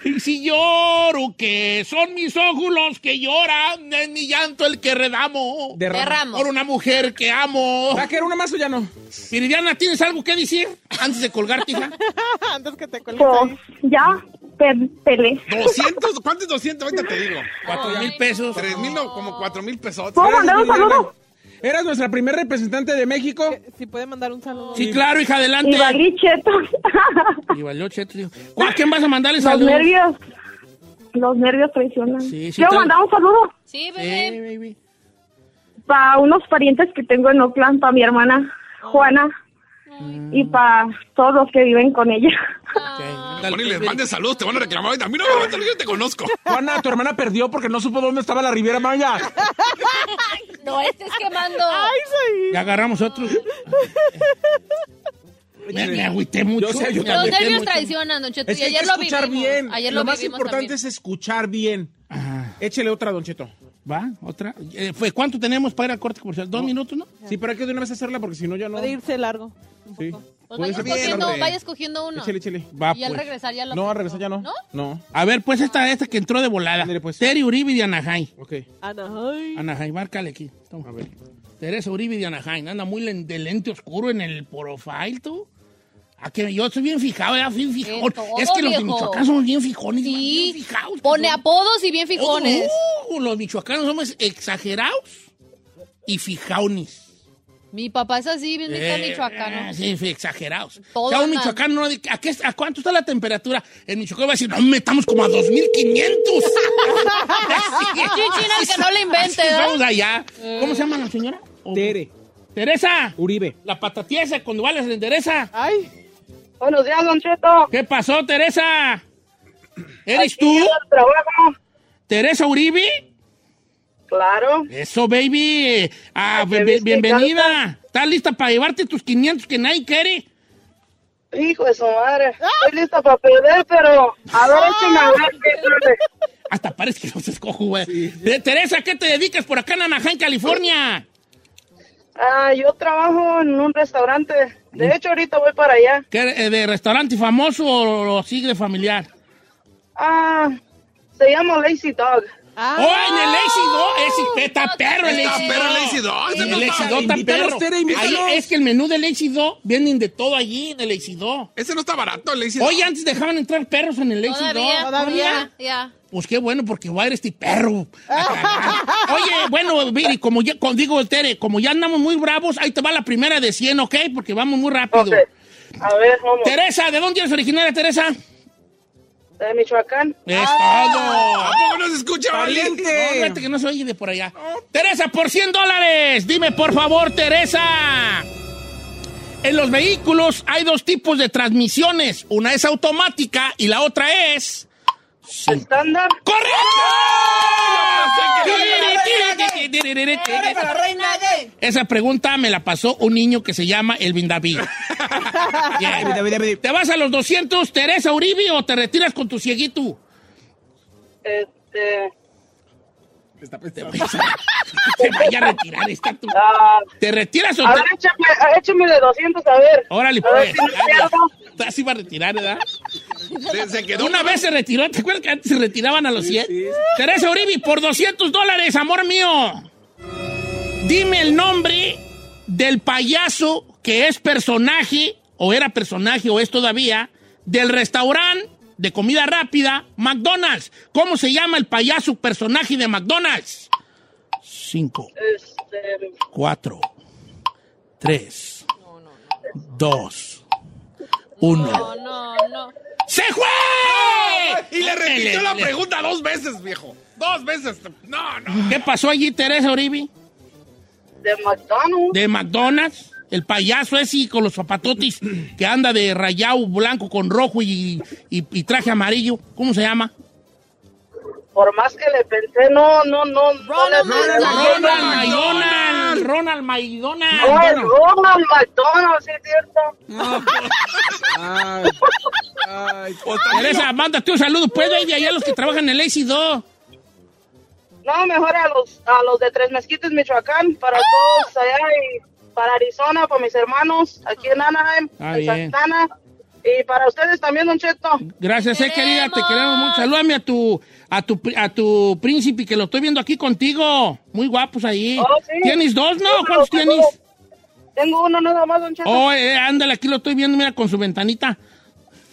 Speaker 1: Y si lloro, que son mis ojos los que lloran, es mi llanto el que redamo.
Speaker 2: Derrama.
Speaker 3: Derramo.
Speaker 1: Por una mujer que amo.
Speaker 2: ¿Va a querer una más o ya no?
Speaker 1: Viridiana, ¿tienes algo que decir antes de colgarte, hija?
Speaker 4: Antes que te cuelgues
Speaker 7: Pues,
Speaker 4: ahí.
Speaker 7: ya pe- peleé.
Speaker 5: ¿200? ¿Cuántos 200? Ahorita te digo.
Speaker 1: Cuatro mil pesos.
Speaker 5: 3 mil, no, como 4 mil pesos.
Speaker 7: ¿Puedo
Speaker 2: Gracias,
Speaker 7: mandar un
Speaker 2: Liliana.
Speaker 7: saludo?
Speaker 2: Eras nuestra primer representante de México.
Speaker 4: Si puede mandar un saludo.
Speaker 1: Sí, claro, hija, adelante.
Speaker 7: Y valí cheto.
Speaker 1: Y valió cheto, dijo. ¿A quién vas a mandarle
Speaker 7: Los
Speaker 1: saludos?
Speaker 7: nervios. Los nervios traicionan.
Speaker 1: Sí, sí,
Speaker 7: Quiero
Speaker 1: tal-
Speaker 7: mandar un saludo
Speaker 3: Sí,
Speaker 1: Eh,
Speaker 3: bebé.
Speaker 1: baby.
Speaker 7: para unos parientes que tengo en Oakland, para mi hermana Juana y para todos los que viven con ella.
Speaker 1: Ok,
Speaker 5: Bueno,
Speaker 1: ándale, pues,
Speaker 5: y les
Speaker 1: Viri.
Speaker 5: mande saludos, te van a reclamar. ahorita. A mí no me van a salir, yo te conozco.
Speaker 2: Juana, tu hermana perdió porque no supo dónde estaba la Riviera Maya.
Speaker 3: No estés quemando.
Speaker 1: Ya agarramos otros. Me, me agüité mucho.
Speaker 2: Yo sé, yo
Speaker 1: me
Speaker 3: Los
Speaker 1: agüité
Speaker 3: nervios
Speaker 1: mucho.
Speaker 3: traicionan, Don Cheto.
Speaker 2: Es
Speaker 3: Y
Speaker 2: que hay que
Speaker 3: ayer lo
Speaker 2: escuchar
Speaker 3: vivimos.
Speaker 2: bien.
Speaker 3: Ayer
Speaker 2: lo,
Speaker 3: lo,
Speaker 2: más
Speaker 3: vivimos
Speaker 2: importante
Speaker 3: también.
Speaker 2: es escuchar bien. Échele otra, Don Cheto.
Speaker 1: ¿Va? ¿Otra? Eh, fue, ¿Cuánto tenemos para ir al corte comercial? ¿Dos minutos, no?
Speaker 2: Sí, pero hay que de una vez hacerla porque si no ya no.
Speaker 4: Puede irse largo. Un
Speaker 2: Sí.
Speaker 4: poco.
Speaker 3: Pues vaya
Speaker 2: Está
Speaker 5: bien,
Speaker 3: escogiendo,
Speaker 5: hombre.
Speaker 3: vaya escogiendo uno.
Speaker 2: Échale, échale.
Speaker 1: Va,
Speaker 3: Y al
Speaker 1: pues.
Speaker 3: regresar ya lo.
Speaker 2: ah, No, a regresar ya no.
Speaker 3: ¿No?
Speaker 2: No.
Speaker 1: A ver, pues esta, esta que entró de volada.
Speaker 2: Ándale, pues.
Speaker 1: Terry Uribe de Anaheim.
Speaker 2: Ok.
Speaker 4: Anaheim.
Speaker 1: Anaheim, márcale aquí. Toma. Teresa Uribe de Anaheim. Anda muy len- de lente oscuro en el profile, tú. A que yo estoy bien fijado, ya bien fijón.
Speaker 3: En todo,
Speaker 1: es que los de
Speaker 3: viejo.
Speaker 1: Michoacán somos bien fijones, man,
Speaker 3: Sí.
Speaker 1: bien fijados.
Speaker 3: Pone
Speaker 1: cabrón.
Speaker 3: apodos y bien fijones.
Speaker 1: Uh, los michoacanos somos exagerados y fijones.
Speaker 3: Mi papá es así, bien
Speaker 1: Eh,
Speaker 3: michoacano.
Speaker 1: eh, Sí, sí, exagerados.
Speaker 3: Todo
Speaker 1: O sea, un
Speaker 3: mal.
Speaker 1: michoacano no dice, ¿a, qué- ¿a cuánto está la temperatura? El michoacano va a decir, no, metamos como a 2500. Así es.
Speaker 3: Chichín, al que no le invente,
Speaker 1: Así
Speaker 3: ¿eh?
Speaker 1: Vamos allá. ¿Cómo se llama la señora? O-
Speaker 2: Tere.
Speaker 1: Teresa.
Speaker 2: Uribe.
Speaker 1: La patatiesa, cuando vale se endereza.
Speaker 4: Ay,
Speaker 7: Buenos días, Don Cheto.
Speaker 1: ¿Qué pasó, Teresa? ¿Eres tú?
Speaker 7: trabajo?
Speaker 1: ¿Teresa Uribe?
Speaker 7: Claro.
Speaker 1: Eso, baby. Ah,
Speaker 7: Ay, qué
Speaker 1: bien-
Speaker 7: viste,
Speaker 1: bienvenida. ¿Estás lista para llevarte tus 500 que nadie quiere?
Speaker 7: Hijo de su madre.
Speaker 4: Ah.
Speaker 7: Estoy lista para perder, pero a ver, écheme a ver qué sale.
Speaker 1: Hasta parece que los escojo, güey. Te- Teresa, ¿qué te dedicas por acá en Anaheim, California?
Speaker 7: Ah, yo trabajo en un restaurante. De hecho, ahorita voy para allá.
Speaker 1: ¿Qué, eh, ¿De restaurante famoso o, o sigue de familiar?
Speaker 7: Ah, se llama Lazy Dog.
Speaker 4: Ah.
Speaker 1: ¡Oh, en el Lazy Dog! Ese está perro el
Speaker 5: Ah. Está
Speaker 1: Lazy
Speaker 5: perro el
Speaker 1: Dog.
Speaker 5: Lazy Dog, ese
Speaker 1: El
Speaker 5: no
Speaker 1: Lazy
Speaker 5: está-
Speaker 1: Dog está
Speaker 2: Invítalos,
Speaker 1: perro.
Speaker 2: Tere, invítalos.
Speaker 1: Ahí es que el menú del Lazy Dog vienen de todo allí en el Lazy Dog.
Speaker 5: Ese no está barato, le dice.
Speaker 1: Oye, antes dejaban entrar perros en el Lazy
Speaker 3: Todavía,
Speaker 1: Dog.
Speaker 3: todavía. Ya.
Speaker 1: Pues qué bueno, porque voy a ir este perro. Ah, Oye, bueno, Viri, como ya, con- digo, Tere, como ya andamos muy bravos, ahí te va la primera de 100, ¿ok? Porque vamos muy rápido.
Speaker 7: Ok. A ver, vamos.
Speaker 1: Teresa, ¿de dónde eres originaria, Teresa?
Speaker 5: Ah.
Speaker 7: De Michoacán.
Speaker 1: Es
Speaker 5: ¿A
Speaker 1: todo.
Speaker 5: poco no se escucha, valiente?
Speaker 1: No,
Speaker 2: ¡Caliente!
Speaker 1: fíjate que no se oye de por allá. Teresa, por 100 dólares. Dime, por favor, Teresa. En los vehículos hay dos tipos de transmisiones. Una es automática y la otra es...
Speaker 7: Estándar.
Speaker 1: ¡Correcto! Esa pregunta me la pasó un niño que se llama Elvin David. Bien. ¿Te vas a los 200, Teresa Uribe, o te retiras con tu cieguito?
Speaker 7: Este.
Speaker 5: Está
Speaker 1: Te
Speaker 5: pensando.
Speaker 1: vas a- te vaya a retirar esta tu-
Speaker 7: Ah,
Speaker 1: ¿Te retiras o
Speaker 7: a ver,
Speaker 1: te...
Speaker 7: échame, ah, échame de 200, a ver.
Speaker 1: Órale,
Speaker 7: a ver
Speaker 1: pues.
Speaker 7: si me pierdo.
Speaker 1: Estás iba a retirar, ¿verdad?
Speaker 5: Se, se quedó
Speaker 1: Una vez se retiró, ¿te acuerdas que antes se retiraban a los 100? Teresa Uribe, por 200 dólares, amor mío. Dime el nombre del payaso que es personaje, o era personaje, o es todavía, del restaurante de comida rápida, McDonald's. ¿Cómo se llama el payaso personaje de McDonald's? Cinco,
Speaker 7: Este.
Speaker 1: cuatro, tres, dos, uno.
Speaker 3: No, no, no.
Speaker 1: ¡Se fue!
Speaker 5: Y le repitió
Speaker 1: Le-
Speaker 5: la
Speaker 1: le-
Speaker 5: pregunta dos veces, viejo. Dos veces. No, no.
Speaker 1: ¿Qué pasó allí, Teresa Uribe?
Speaker 7: De McDonald's.
Speaker 1: De McDonald's. El payaso ese y con los zapatotis que anda de rayado blanco con rojo y, y- y traje amarillo. ¿Cómo se llama?
Speaker 7: Por más que le pensé, no, no, no.
Speaker 3: Ronald
Speaker 7: no le pensé.
Speaker 3: McDonald.
Speaker 1: Ronald McDonald. Ronald McDonald.
Speaker 7: Ay, Ronald McDonald, sí es cierto.
Speaker 2: Ay. Ay.
Speaker 5: pues,
Speaker 1: Teresa, mándate un saludo, pues, ahí de allá a los que trabajan en el Lazy Dog.
Speaker 7: No, mejor a los, a los de Tres Mezquites, Michoacán, para
Speaker 3: ¡Ah!
Speaker 7: todos allá y para Arizona, para mis hermanos, aquí en Anaheim,
Speaker 1: Ah,
Speaker 7: en
Speaker 1: bien.
Speaker 7: Santana. Y para ustedes también, Don Cheto.
Speaker 1: Gracias, eh, querida, te queremos mucho. Salúdame a tu, a tu, pri- a tu príncipe que lo estoy viendo aquí contigo. Muy guapos ahí.
Speaker 7: Oh, sí.
Speaker 1: ¿Tienes dos, no?
Speaker 7: Sí, pero
Speaker 1: ¿Cuántos
Speaker 7: tengo-
Speaker 1: tienes?
Speaker 7: Tengo uno nada más, Don Cheto.
Speaker 1: Oh, eh, ándale, aquí lo estoy viendo, mira, con su ventanita.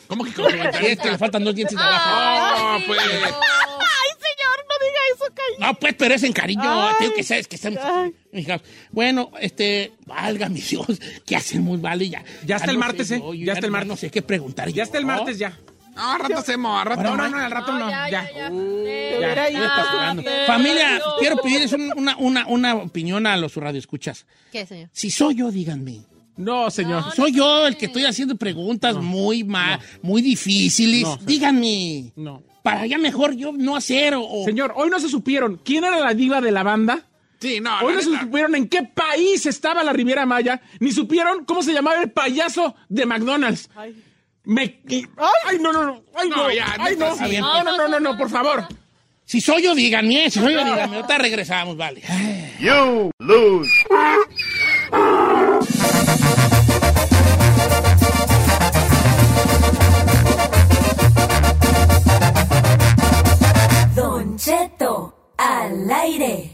Speaker 5: ¿Cómo que con
Speaker 1: Ahí es que le faltan dos dientes de abajo.
Speaker 3: Ay, Dios.
Speaker 5: No, pues.
Speaker 4: señor, no diga eso, cariño.
Speaker 1: No, pues, pero es en cariño.
Speaker 4: Ay.
Speaker 1: Tengo que ser, es que seamos-
Speaker 4: Ay.
Speaker 1: Hija, Bueno, este, válgame Dios, ¿qué hacemos, vale? Ya,
Speaker 2: Ya hasta el martes, ¿eh?
Speaker 1: yo
Speaker 2: Ya hasta el martes.
Speaker 1: No sé qué preguntar.
Speaker 2: Ya está el
Speaker 1: yo.
Speaker 2: martes, ya.
Speaker 5: No, al rato hacemos, al rato.
Speaker 1: Ahora
Speaker 5: No, no,
Speaker 1: más.
Speaker 5: no, al rato no.
Speaker 3: Ah, Ya, ya, ya. Eh,
Speaker 1: Ya,
Speaker 4: Hubiera
Speaker 1: ya
Speaker 4: ido.
Speaker 1: está jugando. Familia, quiero pedirles un- una, una, una opinión a los radioescuchas.
Speaker 3: ¿Qué, señor?
Speaker 1: Si soy yo, díganme.
Speaker 2: No, señor.
Speaker 3: No,
Speaker 1: Soy yo el que estoy haciendo preguntas muy mal, muy difíciles.
Speaker 2: No, señor.
Speaker 1: díganme.
Speaker 2: No.
Speaker 1: Para ya mejor yo no hacer o... o-
Speaker 2: Señor, hoy no se supieron quién era la diva de la banda.
Speaker 5: Sí,
Speaker 1: Ah,
Speaker 5: no.
Speaker 2: Hoy
Speaker 5: la
Speaker 2: no se
Speaker 5: neta.
Speaker 2: supieron en qué país estaba la Riviera Maya, ni supieron cómo se llamaba el payaso de McDonald's.
Speaker 4: Ay.
Speaker 2: Me... y- Ay, no, no, no. Ay,
Speaker 5: No,
Speaker 2: no.
Speaker 5: ya,
Speaker 2: Ay,
Speaker 5: neta,
Speaker 2: no.
Speaker 5: sí.
Speaker 2: No, no, no, no, no, por favor.
Speaker 1: Si soy yo, díganme. eh, Si soy yo, díganme. Ahorita regresamos, vale.
Speaker 8: You lose.
Speaker 6: al aire.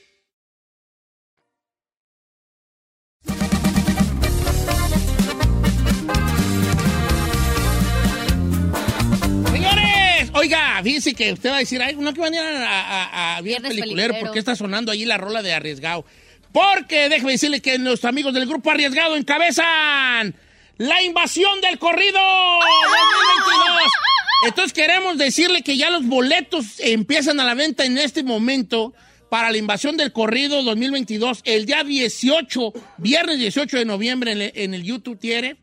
Speaker 1: Señores, oiga, fíjese que usted va a decir, ay, no que van a ir a, a- a
Speaker 3: Viernes
Speaker 1: Viernes Peliculero,
Speaker 3: Peliculero.
Speaker 1: porque está sonando ahí la rola de Arriesgado. Porque déjeme decirle que nuestros amigos del grupo Arriesgado encabezan la invasión del corrido 2022. Entonces queremos decirle que ya los boletos empiezan a la venta en este momento para la invasión del corrido 2022, el día 18, viernes 18 de noviembre en el, en el YouTube Tiere,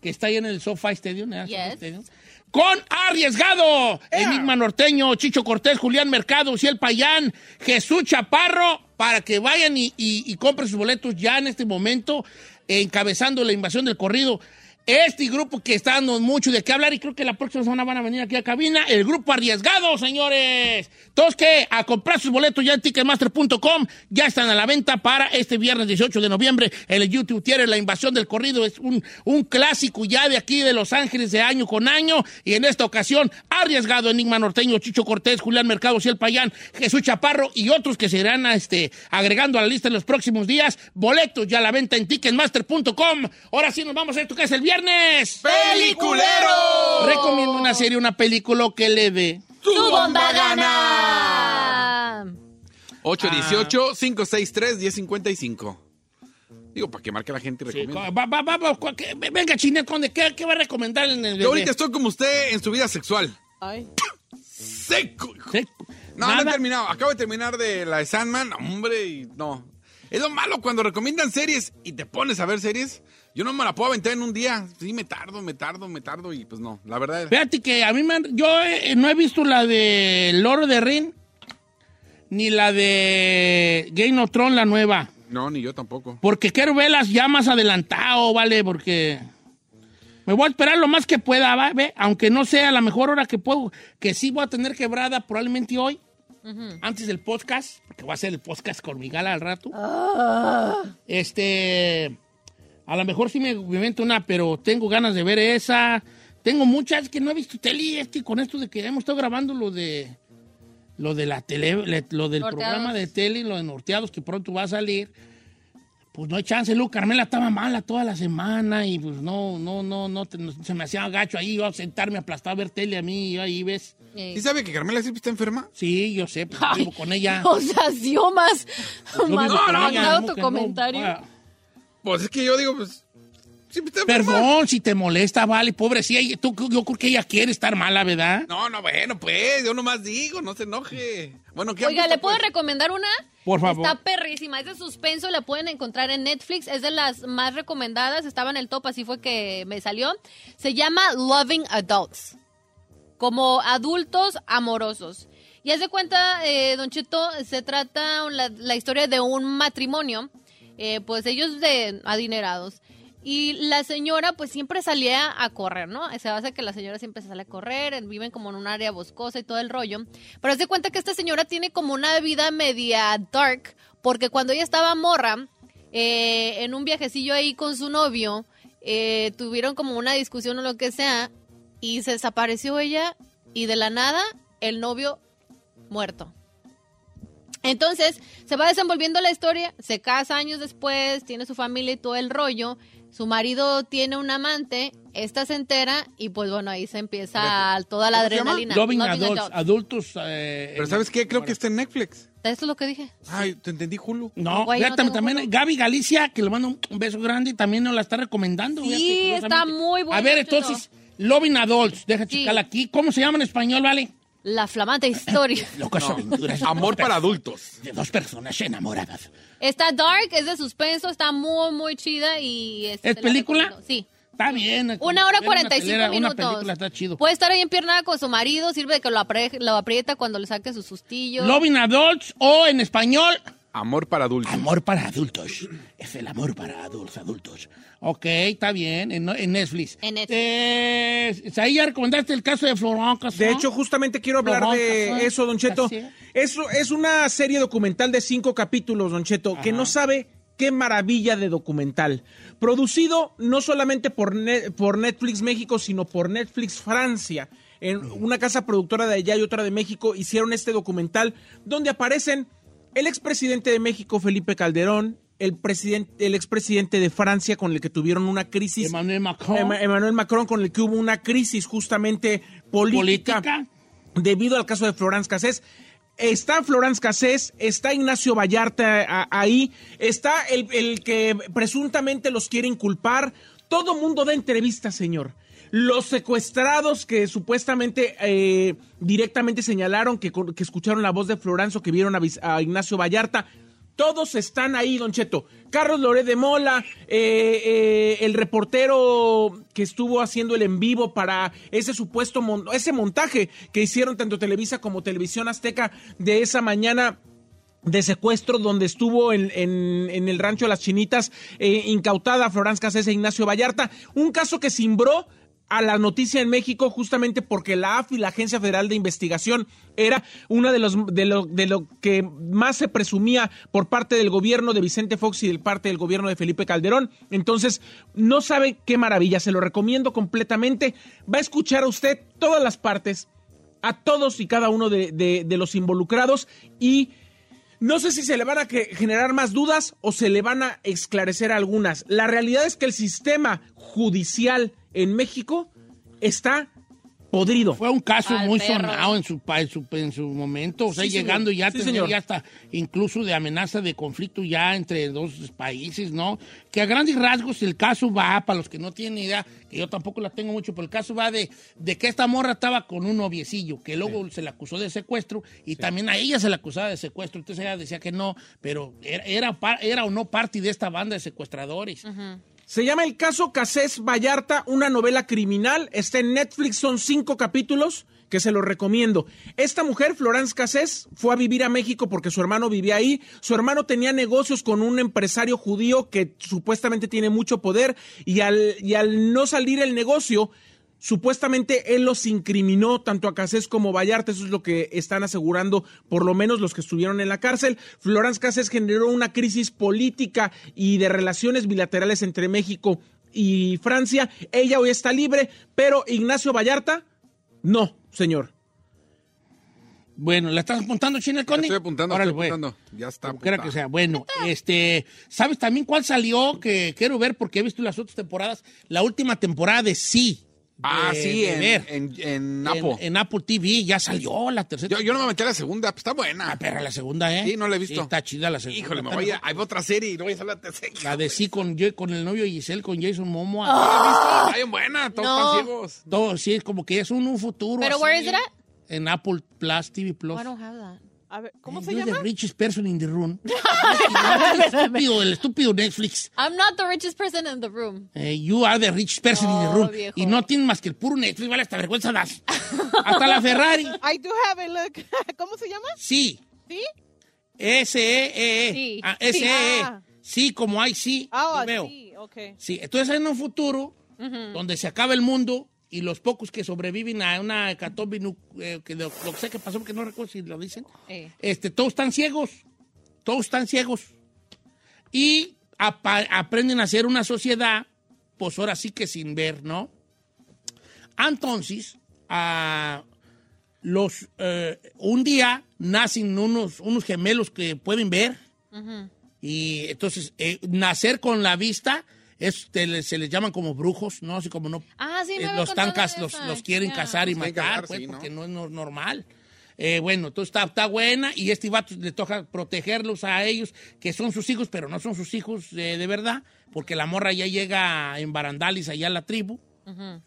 Speaker 1: que está ahí en el Sofá Stadium. ¿eh?
Speaker 3: Yes.
Speaker 1: SoFi Stadium con Arriesgado, Enigma Norteño, Chicho Cortés, Julián Mercado, Ciel Payán, Jesús Chaparro, para que vayan y, y- y compren sus boletos ya en este momento, eh, encabezando la invasión del corrido. Este grupo que está dando mucho de qué hablar y creo que la próxima semana van a venir aquí a cabina, el grupo Arriesgado, señores. Todos que a comprar sus boletos ya en ticketmaster.com, ya están a la venta para este viernes 18 de noviembre en el YouTube Tiene la invasión del corrido, es un, un clásico ya de aquí de Los Ángeles de año con año y en esta ocasión arriesgado Enigma Norteño, Chicho Cortés, Julián Mercado, Ciel Payán, Jesús Chaparro y otros que se irán a, este, agregando a la lista en los próximos días. Boletos ya a la venta en ticketmaster.com. Ahora sí nos vamos a esto que es el viernes.
Speaker 5: ¡Peliculero!
Speaker 1: Recomiendo una serie, una película que le dé.
Speaker 5: ¡Tu bomba
Speaker 3: Ah,
Speaker 5: 818-563-1055. Digo, para que marque la gente y
Speaker 1: Sí,
Speaker 5: recomienda.
Speaker 1: va- va- va- va- cua- que- venga, Chinet, Conde, ¿qué, qué va a recomendar en el
Speaker 5: Yo ahorita estoy como usted en su vida sexual.
Speaker 4: Ay.
Speaker 5: Seco. hijo.
Speaker 1: Sí.
Speaker 5: No,
Speaker 1: Nada.
Speaker 5: no he terminado. Acabo de terminar de la de Sandman. Hombre, y no. Es lo malo cuando recomiendan series y te pones a ver series. Yo no me la puedo aventar en un día. Sí, me tardo, me tardo, me tardo y pues no. La verdad.
Speaker 1: Fíjate que a mí me han- yo eh, no he visto la de Lord de Ring ni la de Game of Thrones, la nueva.
Speaker 5: No, ni yo tampoco.
Speaker 1: Porque quiero verlas ya más adelantado, ¿vale? Porque me voy a esperar lo más que pueda, ¿va? ¿Ve? Aunque no sea la mejor hora que puedo, que sí voy a tener quebrada probablemente hoy, antes del podcast, porque voy a hacer el podcast con mi gala al rato. Este, a lo mejor sí me me invento una, pero tengo ganas de ver esa. Tengo muchas que no he visto tele, es que con esto de que hemos estado grabando lo de lo de la tele, le- lo del
Speaker 3: Norteados.
Speaker 1: programa de tele, lo de Norteados que pronto va a salir. Pues no hay chance, Lu. Carmela estaba mala toda la semana y pues no, no, no, no, te- no- se me hacía gacho ahí, yo a sentarme aplastado a ver tele a mí, y ahí ves.
Speaker 3: eh.
Speaker 5: ¿Y sabe que Carmela siempre está enferma?
Speaker 1: Sí, yo sé, pues
Speaker 3: Ay,
Speaker 1: vivo con ella.
Speaker 3: O sea, sí, o más.
Speaker 1: Yo vivo
Speaker 3: más
Speaker 1: con ella,
Speaker 3: mandado
Speaker 1: ¿no?
Speaker 3: tu
Speaker 1: Que no,
Speaker 3: comentario.
Speaker 1: ah,
Speaker 5: Pues es que yo digo, pues. Siempre está enferma.
Speaker 1: Perdón si te molesta, vale, pobrecilla. y Tú, yo creo que ella quiere estar mala, ¿verdad?
Speaker 5: No, no, bueno, pues. Yo nomás digo, no se enoje. Bueno, ¿qué han
Speaker 3: Oiga,
Speaker 5: visto,
Speaker 3: ¿le puedo
Speaker 5: pues?
Speaker 3: recomendar una?
Speaker 1: Por favor.
Speaker 3: Está perrísima, es de suspenso, la pueden encontrar en Netflix, es de las más recomendadas, estaba en el top, así fue que me salió. Se llama Loving Adults, como adultos amorosos. Y haz de cuenta, eh, Don Cheto, se trata la, la historia de un matrimonio, eh, pues ellos de adinerados. Y la señora pues siempre salía a correr, ¿no? Se basa que la señora siempre se sale a correr, en- viven como en un área boscosa y todo el rollo. Pero haz de cuenta que esta señora tiene como una vida media dark, porque cuando ella estaba morra, eh, en un viajecillo ahí con su novio, eh, tuvieron como una discusión o lo que sea, y se desapareció ella, y de la nada, el novio muerto. Entonces, se va desenvolviendo la historia, se casa años después, tiene su familia y todo el rollo. su marido tiene un amante, esta se entera y pues bueno, ahí se empieza toda la
Speaker 1: se llama?
Speaker 3: adrenalina.
Speaker 1: Loving
Speaker 3: Nothing
Speaker 1: Adults,
Speaker 3: Adult.
Speaker 1: adultos. eh,
Speaker 5: Pero
Speaker 1: en-
Speaker 5: ¿sabes qué? Creo que está en Netflix.
Speaker 3: Eso es lo que dije.
Speaker 5: Ay, te entendí, Hulu.
Speaker 1: No,
Speaker 3: Güey,
Speaker 1: ya
Speaker 3: no
Speaker 1: tam-
Speaker 3: tengo
Speaker 1: también Gaby Galicia, que le mando un- un beso grande, también nos la está recomendando.
Speaker 3: Sí,
Speaker 1: fíjate,
Speaker 3: está
Speaker 1: curiosamente.
Speaker 3: muy buena,
Speaker 1: A ver,
Speaker 3: Chucho.
Speaker 1: entonces, Loving Adults, deja checarla aquí. ¿Cómo se llama en español, vale?
Speaker 3: La flamante historia.
Speaker 1: Locas
Speaker 5: No.
Speaker 1: aventuras.
Speaker 5: Amor para adultos.
Speaker 1: De dos personas enamoradas.
Speaker 3: Está dark, es de suspenso, está muy, muy chida y... este,
Speaker 1: ¿Es
Speaker 3: la
Speaker 1: película?
Speaker 3: recomiendo. Sí.
Speaker 1: Está bien.
Speaker 3: Una hora
Speaker 1: Ver
Speaker 3: cuarenta y cinco
Speaker 1: pelea- Una
Speaker 3: minutos. Pues
Speaker 1: película está chido.
Speaker 3: Puede estar ahí empiernada con su marido, sirve de que lo, apre- lo aprieta cuando le saque sus sustillos.
Speaker 1: Loving Adults o en español,
Speaker 5: Amor para adultos.
Speaker 1: Amor para adultos. Es el amor para adultos, adultos. Ok, está bien, en, en Netflix.
Speaker 3: En Netflix.
Speaker 1: Eh, ahí ya recomendaste el caso de Florán Cazón.
Speaker 2: De hecho, justamente quiero hablar
Speaker 1: Florón Cazón.
Speaker 2: de eso, Don Cheto.
Speaker 1: Así es.
Speaker 2: Eso es una serie documental de cinco capítulos, Don Cheto, que no sabe qué maravilla de documental. Producido no solamente por, Ne- por Netflix México, sino por Netflix Francia. En una casa productora de allá y otra de México hicieron este documental donde aparecen el expresidente de México, Felipe Calderón, el, presidente, el expresidente de Francia con el que tuvieron una crisis.
Speaker 1: Emmanuel Macron.
Speaker 2: Ema- Emmanuel Macron con el que hubo una crisis justamente política,
Speaker 1: Política.
Speaker 2: debido al caso de Florence Cassés. Está Florence Cassés, está Ignacio Vallarta a- ahí, está el, el que presuntamente los quiere inculpar. Todo mundo da entrevistas, señor. Los secuestrados que supuestamente eh, directamente señalaron que, con- que escucharon la voz de Florenzo, que vieron a Vis- a Ignacio Vallarta. Todos están ahí, Don Cheto. Carlos Loré de Mola, eh, eh, el reportero que estuvo haciendo el en vivo para ese supuesto mon- ese montaje que hicieron tanto Televisa como Televisión Azteca de esa mañana de secuestro donde estuvo en, en- en el rancho de las Chinitas eh, incautada Florán Casés e Ignacio Vallarta. Un caso que cimbró a la noticia en México justamente porque la AFI, la Agencia Federal de Investigación, era una de los de lo, de lo que más se presumía por parte del gobierno de Vicente Fox y del parte del gobierno de Felipe Calderón. Entonces, no sabe qué maravilla, se lo recomiendo completamente. Va a escuchar a usted todas las partes, a todos y cada uno de- de- de los involucrados y no sé si se le van a que- generar más dudas o se le van a esclarecer algunas. La realidad es que el sistema judicial en México está podrido.
Speaker 1: Fue un caso
Speaker 3: Al
Speaker 1: muy
Speaker 3: perro.
Speaker 1: sonado en su, pa- en su, en su momento, o sea,
Speaker 2: Sí, señor.
Speaker 1: llegando ya,
Speaker 2: Sí,
Speaker 1: tener
Speaker 2: señor.
Speaker 1: ya hasta incluso de amenaza de conflicto ya entre dos países, ¿no? Que a grandes rasgos el caso va, para los que no tienen idea, que yo tampoco la tengo mucho, pero el caso va de, de que esta morra estaba con un noviecillo, que luego se la acusó de secuestro y también a ella se la acusaba de secuestro, entonces ella decía que no, pero era, era, par- era o no parte de esta banda de secuestradores.
Speaker 2: Se llama El caso Casés Vallarta, una novela criminal. Está en Netflix, son cinco capítulos que se los recomiendo. Esta mujer, Florence Casés, fue a vivir a México porque su hermano vivía ahí. Su hermano tenía negocios con un empresario judío que supuestamente tiene mucho poder y al, y al no salir el negocio, Supuestamente él los incriminó tanto a Casés como Vallarta, eso es lo que están asegurando por lo menos los que estuvieron en la cárcel. Florence Casés generó una crisis política y de relaciones bilaterales entre México y Francia. Ella hoy está libre, pero Ignacio Vallarta, no, señor.
Speaker 1: Bueno, ¿la estás apuntando, China el Conde?
Speaker 5: Estoy apuntando,
Speaker 1: Órale,
Speaker 5: estoy
Speaker 1: pues.
Speaker 5: apuntando. Ya está.
Speaker 1: Como quiera que
Speaker 5: apuntado.
Speaker 1: sea. Bueno, este, ¿sabes también cuál salió? Que quiero ver porque he visto las otras temporadas. La última temporada de Sí.
Speaker 5: Ah,
Speaker 1: de-
Speaker 5: sí,
Speaker 1: de
Speaker 5: en,
Speaker 1: ver.
Speaker 5: en, en Apple.
Speaker 1: En, en Apple TV ya salió la tercera.
Speaker 5: Yo, yo no me metí a la segunda, pues está buena.
Speaker 1: Ah, pero la segunda, ¿eh?
Speaker 5: Sí, no la he visto.
Speaker 1: está chida la segunda.
Speaker 5: Híjole, me
Speaker 1: Está
Speaker 5: voy a...
Speaker 1: mejor.
Speaker 5: Hay otra serie y no voy a hablar de tercera.
Speaker 1: La de Sí con, yo- con el novio Giselle, con Jason Momoa.
Speaker 5: Ah, Está bien buena, todos
Speaker 3: No.
Speaker 5: están ciegos.
Speaker 1: Todo, sí, es como que es un, un futuro
Speaker 3: Pero,
Speaker 1: así.
Speaker 3: where is it at?
Speaker 1: En Apple Plus, TV Plus.
Speaker 3: I don't have that.
Speaker 4: A ver, ¿cómo
Speaker 1: And
Speaker 4: se
Speaker 1: you're
Speaker 4: llama?
Speaker 1: the richest person in the room. el, estúpido, el estúpido Netflix.
Speaker 3: I'm not the richest person in the room.
Speaker 1: Eh, you are the richest person in the room.
Speaker 3: No, viejo.
Speaker 1: Y no tienen más que el puro Netflix, vale, hasta vergüenza das. hasta la Ferrari.
Speaker 4: I do have a look. ¿Cómo se llama?
Speaker 1: Sí.
Speaker 4: ¿Sí?
Speaker 1: S-E-E-E.
Speaker 3: Sí.
Speaker 1: Ah, S-E-E.
Speaker 4: Ah.
Speaker 1: Sí, como hay, sí.
Speaker 4: Ah,
Speaker 1: lo veo.
Speaker 4: sí, ok.
Speaker 1: Sí, entonces en un futuro donde se acaba el mundo y los pocos que sobreviven a una hecatombe, nu- eh, que lo, lo que sé que pasó, porque no recuerdo si lo dicen,
Speaker 3: Eh.
Speaker 1: este, todos están ciegos, todos están ciegos. Y apa- aprenden a hacer una sociedad, pues ahora sí que sin ver, ¿no? Entonces, ah, los, eh, un día nacen unos, unos gemelos que pueden ver. Y entonces, eh, nacer con la vista es- te le- se les llaman como brujos, ¿no? Así como no.
Speaker 3: Ah, sí, me
Speaker 1: eh,
Speaker 3: había
Speaker 1: los
Speaker 3: contado
Speaker 1: están cas-
Speaker 3: de
Speaker 1: los,
Speaker 3: esa,
Speaker 1: los quieren
Speaker 3: ya.
Speaker 1: casar y
Speaker 5: Los quieren
Speaker 1: matar,
Speaker 5: casar,
Speaker 1: pues,
Speaker 5: sí, ¿no?
Speaker 1: porque no es nor- normal. Eh, bueno, entonces está, está buena y este vato le toca protegerlos a ellos, que son sus hijos, pero no son sus hijos eh, de verdad, porque la morra ya llega en Barandalis, allá a la tribu.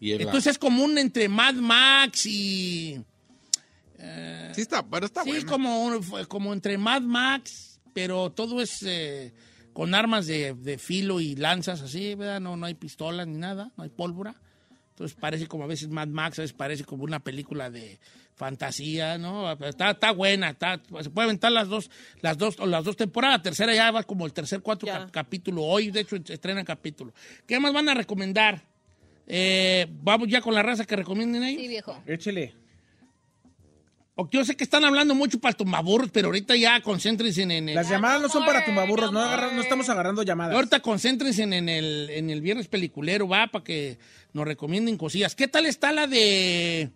Speaker 5: Y es la-
Speaker 1: Entonces es como un entre Mad Max y... eh,
Speaker 5: Sí, está, pero está
Speaker 1: sí,
Speaker 5: bueno.
Speaker 1: es como, un- fue como entre Mad Max, pero todo es eh, con armas de, de filo y lanzas así, ¿verdad? No, no hay pistolas ni nada, no hay pólvora. Entonces parece como a veces Mad Max, a veces parece como una película de fantasía, ¿no? Pero Está, está buena, está, se puede aventar las dos, las dos, o las dos temporadas. La tercera ya va como el tercer, cuarto
Speaker 4: Ya.
Speaker 1: cap- capítulo. Hoy, de hecho, estrenan capítulo. ¿Qué más van a recomendar? Eh, Vamos ya con la raza que recomienden ellos.
Speaker 3: Sí, viejo.
Speaker 2: Échele.
Speaker 1: Porque yo sé que están hablando mucho para tumbaburros, pero ahorita ya concéntrense en, en el...
Speaker 2: Las llamadas no son para tumbaburros, no,
Speaker 3: amor.
Speaker 2: agarra- no estamos agarrando
Speaker 1: Y
Speaker 2: llamadas.
Speaker 1: Ahorita concéntrense en, en el, en el viernes peliculero, va, para que nos recomienden cosillas. ¿Qué tal está la de...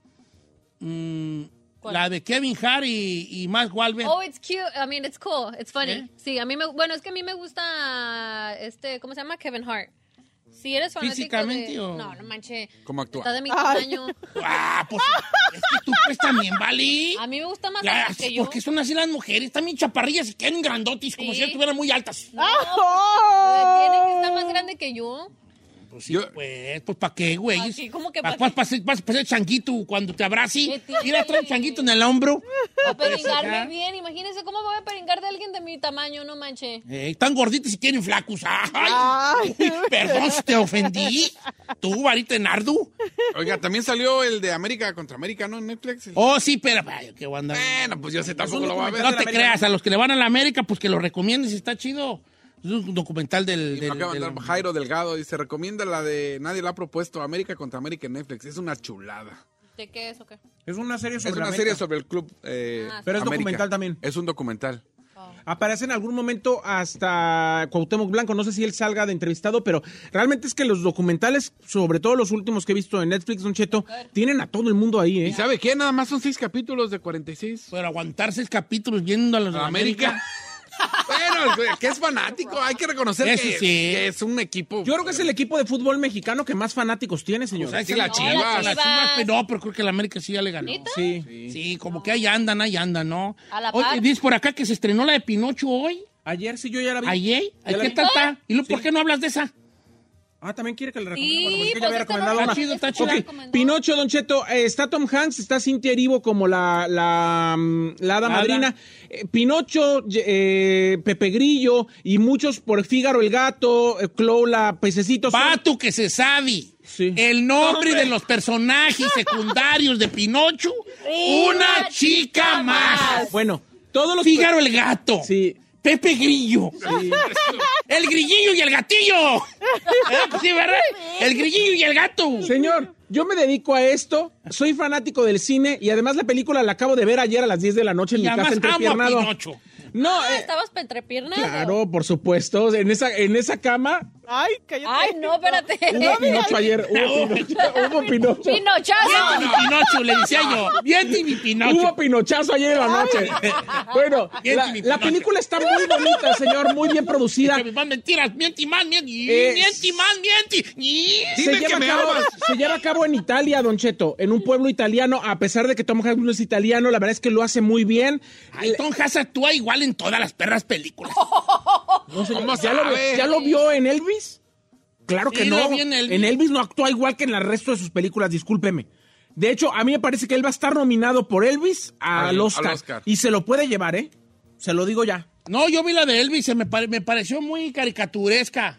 Speaker 1: mm,
Speaker 3: ¿Cuál?
Speaker 1: la de Kevin Hart y, y Mark Wahlberg?
Speaker 3: Oh, it's cute. I mean, it's cool. It's funny.
Speaker 1: ¿Eh?
Speaker 3: Sí, a mí me... Bueno, es que a mí me gusta este... ¿Cómo se llama? Kevin Hart. Si eres fanático
Speaker 1: ¿Físicamente
Speaker 3: de...
Speaker 1: o-
Speaker 3: No, no manches.
Speaker 5: ¿Cómo
Speaker 3: Está
Speaker 5: actúa?
Speaker 3: de mi tamaño.
Speaker 1: Ah, pues es que tú pues también, ¿vale?
Speaker 3: A mí me gusta más
Speaker 1: Ya,
Speaker 3: altas que yo.
Speaker 1: porque son así las mujeres, también chaparrillas y quedan grandotis, como
Speaker 3: Sí.
Speaker 1: si estuvieran muy altas.
Speaker 3: No,
Speaker 1: ¡Ah!
Speaker 4: ¡Ah!
Speaker 3: eh, tiene que estar más grande que yo.
Speaker 1: Pues sí,
Speaker 5: Yo-
Speaker 1: pues, pues ¿para qué, güey?
Speaker 3: ¿Pa' qué? ¿Cómo que
Speaker 1: ¿Pa'
Speaker 3: pa'
Speaker 1: cuál
Speaker 3: qué?
Speaker 1: vas a vas a ser changuito cuando te
Speaker 3: ¿Qué
Speaker 1: abrace?
Speaker 3: tiene?
Speaker 1: Mira, trae el changuito en el hombro.
Speaker 3: A
Speaker 1: Ajá.
Speaker 3: peringarme bien. Imagínense cómo me voy a peringar de alguien de mi tamaño, no manches.
Speaker 1: Eh, están gorditos y quieren flacos. ¡Ay! Perdón si te ofendí. Tú, varita enardu.
Speaker 5: Oiga, también salió el de América contra América, ¿no? En Netflix.
Speaker 1: Oh, sí, pero... ay, qué guanda.
Speaker 5: Bueno, pues yo sé, tampoco lo va a ver.
Speaker 1: No te creas, a los que le van a la América, pues que lo recomiendes, está chido. Es un documental del...
Speaker 5: Y me
Speaker 1: del-
Speaker 5: acaba de
Speaker 1: del-
Speaker 5: mandar Jairo Delgado dice, recomienda la de, nadie la ha propuesto, América contra América en Netflix. Es una chulada.
Speaker 3: ¿De qué es o qué?
Speaker 2: Es una serie sobre
Speaker 5: Es una
Speaker 2: América.
Speaker 5: serie sobre el club eh,
Speaker 3: Ah, sí.
Speaker 2: Pero es
Speaker 5: América.
Speaker 2: documental también.
Speaker 5: Es un documental.
Speaker 2: Aparece en algún momento hasta Cuauhtémoc Blanco, no sé si él salga de entrevistado, pero realmente es que los documentales, sobre todo los últimos que he visto en Netflix, Don Cheto, tienen a todo el mundo ahí,
Speaker 5: ¿Y
Speaker 2: ¿eh?
Speaker 5: sabe qué? Nada más son seis capítulos de 46.
Speaker 1: Pero aguantarse el capítulo viendo a los de la
Speaker 5: Pues, América.
Speaker 1: América.
Speaker 5: bueno, el güey que es fanático, hay que reconocer
Speaker 1: Eso
Speaker 5: que,
Speaker 1: sí.
Speaker 5: que es un equipo.
Speaker 2: Yo creo que es el equipo de fútbol mexicano que más fanáticos tiene, señor.
Speaker 1: Pues ahí
Speaker 5: Sí,
Speaker 1: se
Speaker 5: la
Speaker 1: la-
Speaker 5: Chivas.
Speaker 1: la
Speaker 3: Chivas.
Speaker 1: pero no, pero creo que la América sí ya le ganó.
Speaker 3: ¿Neta?
Speaker 2: Sí.
Speaker 1: Sí, como que ahí andan, ahí andan, ¿no?
Speaker 3: A la
Speaker 1: Oye,
Speaker 3: par.
Speaker 1: dices por acá que se estrenó la de Pinocho hoy.
Speaker 2: Ayer sí yo ya la vi.
Speaker 1: Ayer.
Speaker 2: Ya la
Speaker 1: ¿Qué
Speaker 2: vi.
Speaker 1: tal está? ¿Y luego por qué no hablas de esa?
Speaker 2: Ah, también quiere que le recomiende.
Speaker 3: Sí,
Speaker 2: Bueno, pues es que
Speaker 3: pues
Speaker 2: ya había
Speaker 3: esta
Speaker 2: recomendado
Speaker 3: no-
Speaker 1: Está
Speaker 2: una.
Speaker 1: chido, está
Speaker 3: esta
Speaker 1: chido.
Speaker 3: no
Speaker 2: Ok,
Speaker 3: la recomendó.
Speaker 2: Pinocho, Don Cheto, eh, está Tom Hanks, está Cintia Erivo como la, la, mm, la hada
Speaker 1: Hada.
Speaker 2: madrina, eh, Pinocho, y- eh, Pepe Grillo y muchos por Fígaro el gato, eh, Clo la pececito. son-
Speaker 1: Pato que se sabe.
Speaker 2: Sí.
Speaker 1: El nombre de los personajes secundarios de Pinocho. Una chica más.
Speaker 2: Bueno, todos los...
Speaker 1: Fígaro el gato.
Speaker 2: Sí.
Speaker 1: Pepe Grillo. El grillillo y el gatillo. ¿Eh? Sí, ¿verdad? El grillillo y el gato.
Speaker 2: Señor, yo me dedico a esto, soy fanático del cine y además la película la acabo de ver ayer a las 10 de la noche en
Speaker 1: Y
Speaker 2: mi casa
Speaker 1: además amo a
Speaker 2: entrepiernado.
Speaker 1: Pinocho.
Speaker 2: No,
Speaker 3: Ah,
Speaker 2: eh,
Speaker 3: estabas pentrepiernado.
Speaker 2: claro, por supuesto, en esa, en esa cama
Speaker 4: Ay, cállate.
Speaker 3: Ay, no, espérate.
Speaker 2: Hubo Pinocho ayer. Hubo
Speaker 1: No.
Speaker 2: Pinocho. Hubo Pinocho.
Speaker 3: Pinochazo.
Speaker 1: Viente mi Pinocho, le decía yo. Viente mi Pinocho.
Speaker 2: Hubo Pinochazo ayer en la noche. Bueno,
Speaker 1: Bien,
Speaker 2: la,
Speaker 1: mi
Speaker 2: la
Speaker 1: Pinocho.
Speaker 2: película está muy bonita, señor, muy bien producida.
Speaker 1: Que me van mentiras. Miente más, miente.
Speaker 2: Eh,
Speaker 1: Miente más, miente.
Speaker 5: Dime
Speaker 2: Se lleva,
Speaker 5: que
Speaker 2: a
Speaker 5: me
Speaker 2: cabo,
Speaker 5: amas.
Speaker 2: se lleva a cabo en Italia, Don Cheto, en un pueblo italiano, a pesar de que Tom Hanks no es italiano, la verdad es que lo hace muy bien.
Speaker 1: Ay, Tom Hanks actúa igual en todas las perras películas.
Speaker 2: No, señor,
Speaker 5: ¿Cómo
Speaker 2: ¿ya, lo,
Speaker 5: sabe?
Speaker 2: ya lo vio en Elvis? Claro que
Speaker 1: Sí,
Speaker 2: no.
Speaker 1: lo vi en Elvis.
Speaker 2: En Elvis no actúa igual que en el resto de sus películas, discúlpeme. De hecho, a mí me parece que él va a estar nominado por Elvis al,
Speaker 5: Al- al
Speaker 2: Oscar,
Speaker 5: Oscar.
Speaker 2: Y se lo puede llevar, ¿eh? Se lo digo ya.
Speaker 1: No, yo vi la de Elvis, se me, pare- me pareció muy caricaturesca.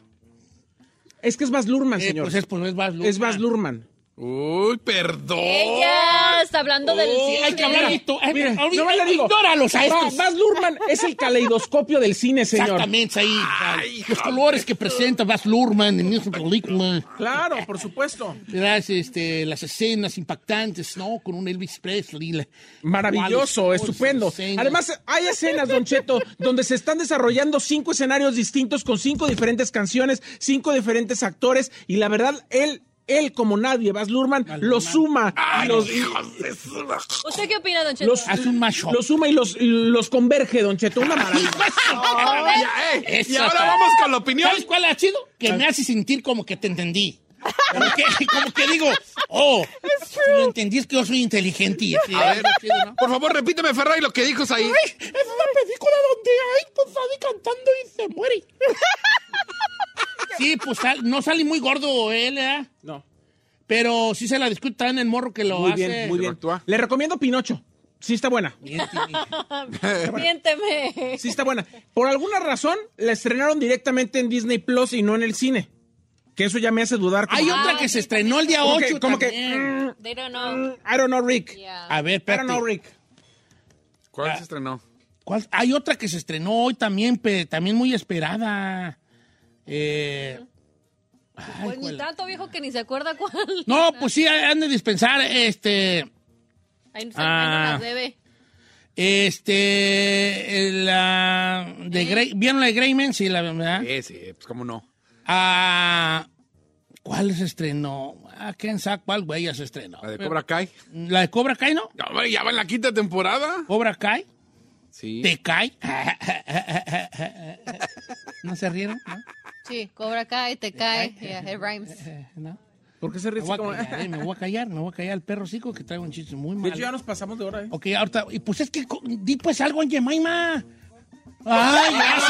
Speaker 2: Es que es Baz Luhrmann,
Speaker 1: Eh,
Speaker 2: Ah, señor.
Speaker 1: pues es, pues es Baz Luhrmann.
Speaker 2: es Baz Luhrmann.
Speaker 5: Uy, perdón.
Speaker 3: Ella está hablando del
Speaker 1: Sí, Oh, hay que hablar de esto. Ay,
Speaker 2: Mira,
Speaker 1: eh, ahorita
Speaker 2: nomás le digo,
Speaker 1: ignóralos a
Speaker 2: Ba-
Speaker 1: estos.
Speaker 2: Baz Luhrmann es el caleidoscopio del cine, señor.
Speaker 1: Exactamente, ahí.
Speaker 5: Ay,
Speaker 1: los
Speaker 5: hija.
Speaker 1: colores que presenta Baz Luhrmann en esa película.
Speaker 2: Claro, por supuesto.
Speaker 1: Las, este, las escenas impactantes, ¿no? Con un Elvis Presley. la- pues,
Speaker 2: Maravilloso,
Speaker 1: cuáles-
Speaker 2: estupendo.
Speaker 1: cuáles escenas.
Speaker 2: Además, hay escenas, Don Cheto, donde se están desarrollando cinco escenarios distintos con cinco diferentes canciones, cinco diferentes actores, y la verdad, él él como nadie, Bas Lurman, lo suma y los, y-
Speaker 9: ¿Usted qué opina, don Cheto?
Speaker 2: los- los suma y los, y los converge, Don Cheto. Una maravilla.
Speaker 1: Eso
Speaker 2: eh, y ahora
Speaker 1: está.
Speaker 2: vamos con la opinión.
Speaker 1: ¿Sabes cuál ha sido? Que me hace sentir como que te entendí. Como que, como que digo, oh, si lo entendí es que yo soy inteligente. y así,
Speaker 5: A ver,
Speaker 1: así, ¿no?
Speaker 5: por favor, repíteme, Ferrari, lo que dijo ahí.
Speaker 1: Ay, es una película donde hay Tozadi cantando y se muere. sí, pues sal- no sale muy gordo él, ¿eh?
Speaker 2: No.
Speaker 1: Pero sí se la discute tan el morro que lo
Speaker 2: Muy
Speaker 1: hace.
Speaker 2: bien, muy bien. Le recomiendo Pinocho. Sí está buena.
Speaker 9: Miénteme.
Speaker 2: Sí está buena. Por alguna razón la estrenaron directamente en Disney Plus y no en el cine. Que eso ya me hace dudar.
Speaker 1: Hay otra que se estrenó el día
Speaker 2: Como que-
Speaker 1: 8
Speaker 2: como que,
Speaker 1: también.
Speaker 2: mm,
Speaker 9: They don't know.
Speaker 2: I don't know Rick.
Speaker 1: A ver,
Speaker 2: I don't
Speaker 1: espérate.
Speaker 2: know Rick.
Speaker 5: ¿Cuál se estrenó?
Speaker 1: ¿Cuál? Hay otra que se estrenó hoy también, pe- también muy esperada. Eh, ay,
Speaker 9: Pues ni
Speaker 1: cuál-
Speaker 9: tanto viejo que ni se acuerda cuál.
Speaker 1: no, pues sí, han de dispensar, este,
Speaker 9: Ahí no se
Speaker 1: Ah.
Speaker 9: las debe.
Speaker 1: este, la, de Grey, ¿vieron la de Greyman? Sí, la verdad.
Speaker 5: Sí, sí, pues cómo no.
Speaker 1: Ah, ¿Cuál se estrenó? ¿A quién sabe cuál güey ya se estrenó?
Speaker 5: La de Cobra Kai.
Speaker 1: ¿La de Cobra Kai no?
Speaker 5: Ya va- ya va en la quinta temporada.
Speaker 1: ¿Cobra Kai?
Speaker 5: Sí.
Speaker 1: ¿Te cae? ¿No se rieron? ¿No?
Speaker 3: Sí, cobra cae, te cae. Yeah, it rhymes.
Speaker 1: Eh, ¿No?
Speaker 2: ¿Por qué se
Speaker 1: Me
Speaker 2: ríe así
Speaker 1: voy, a
Speaker 2: como-
Speaker 1: callar, eh, me voy a callar, me voy a callar el perro cico que traigo un chiste muy
Speaker 2: De
Speaker 1: malo.
Speaker 2: hecho ya nos pasamos de hora. ¿eh?
Speaker 1: Ok, ahorita, y pues es que, co- di pues algo en Jemima. Ay, gracias.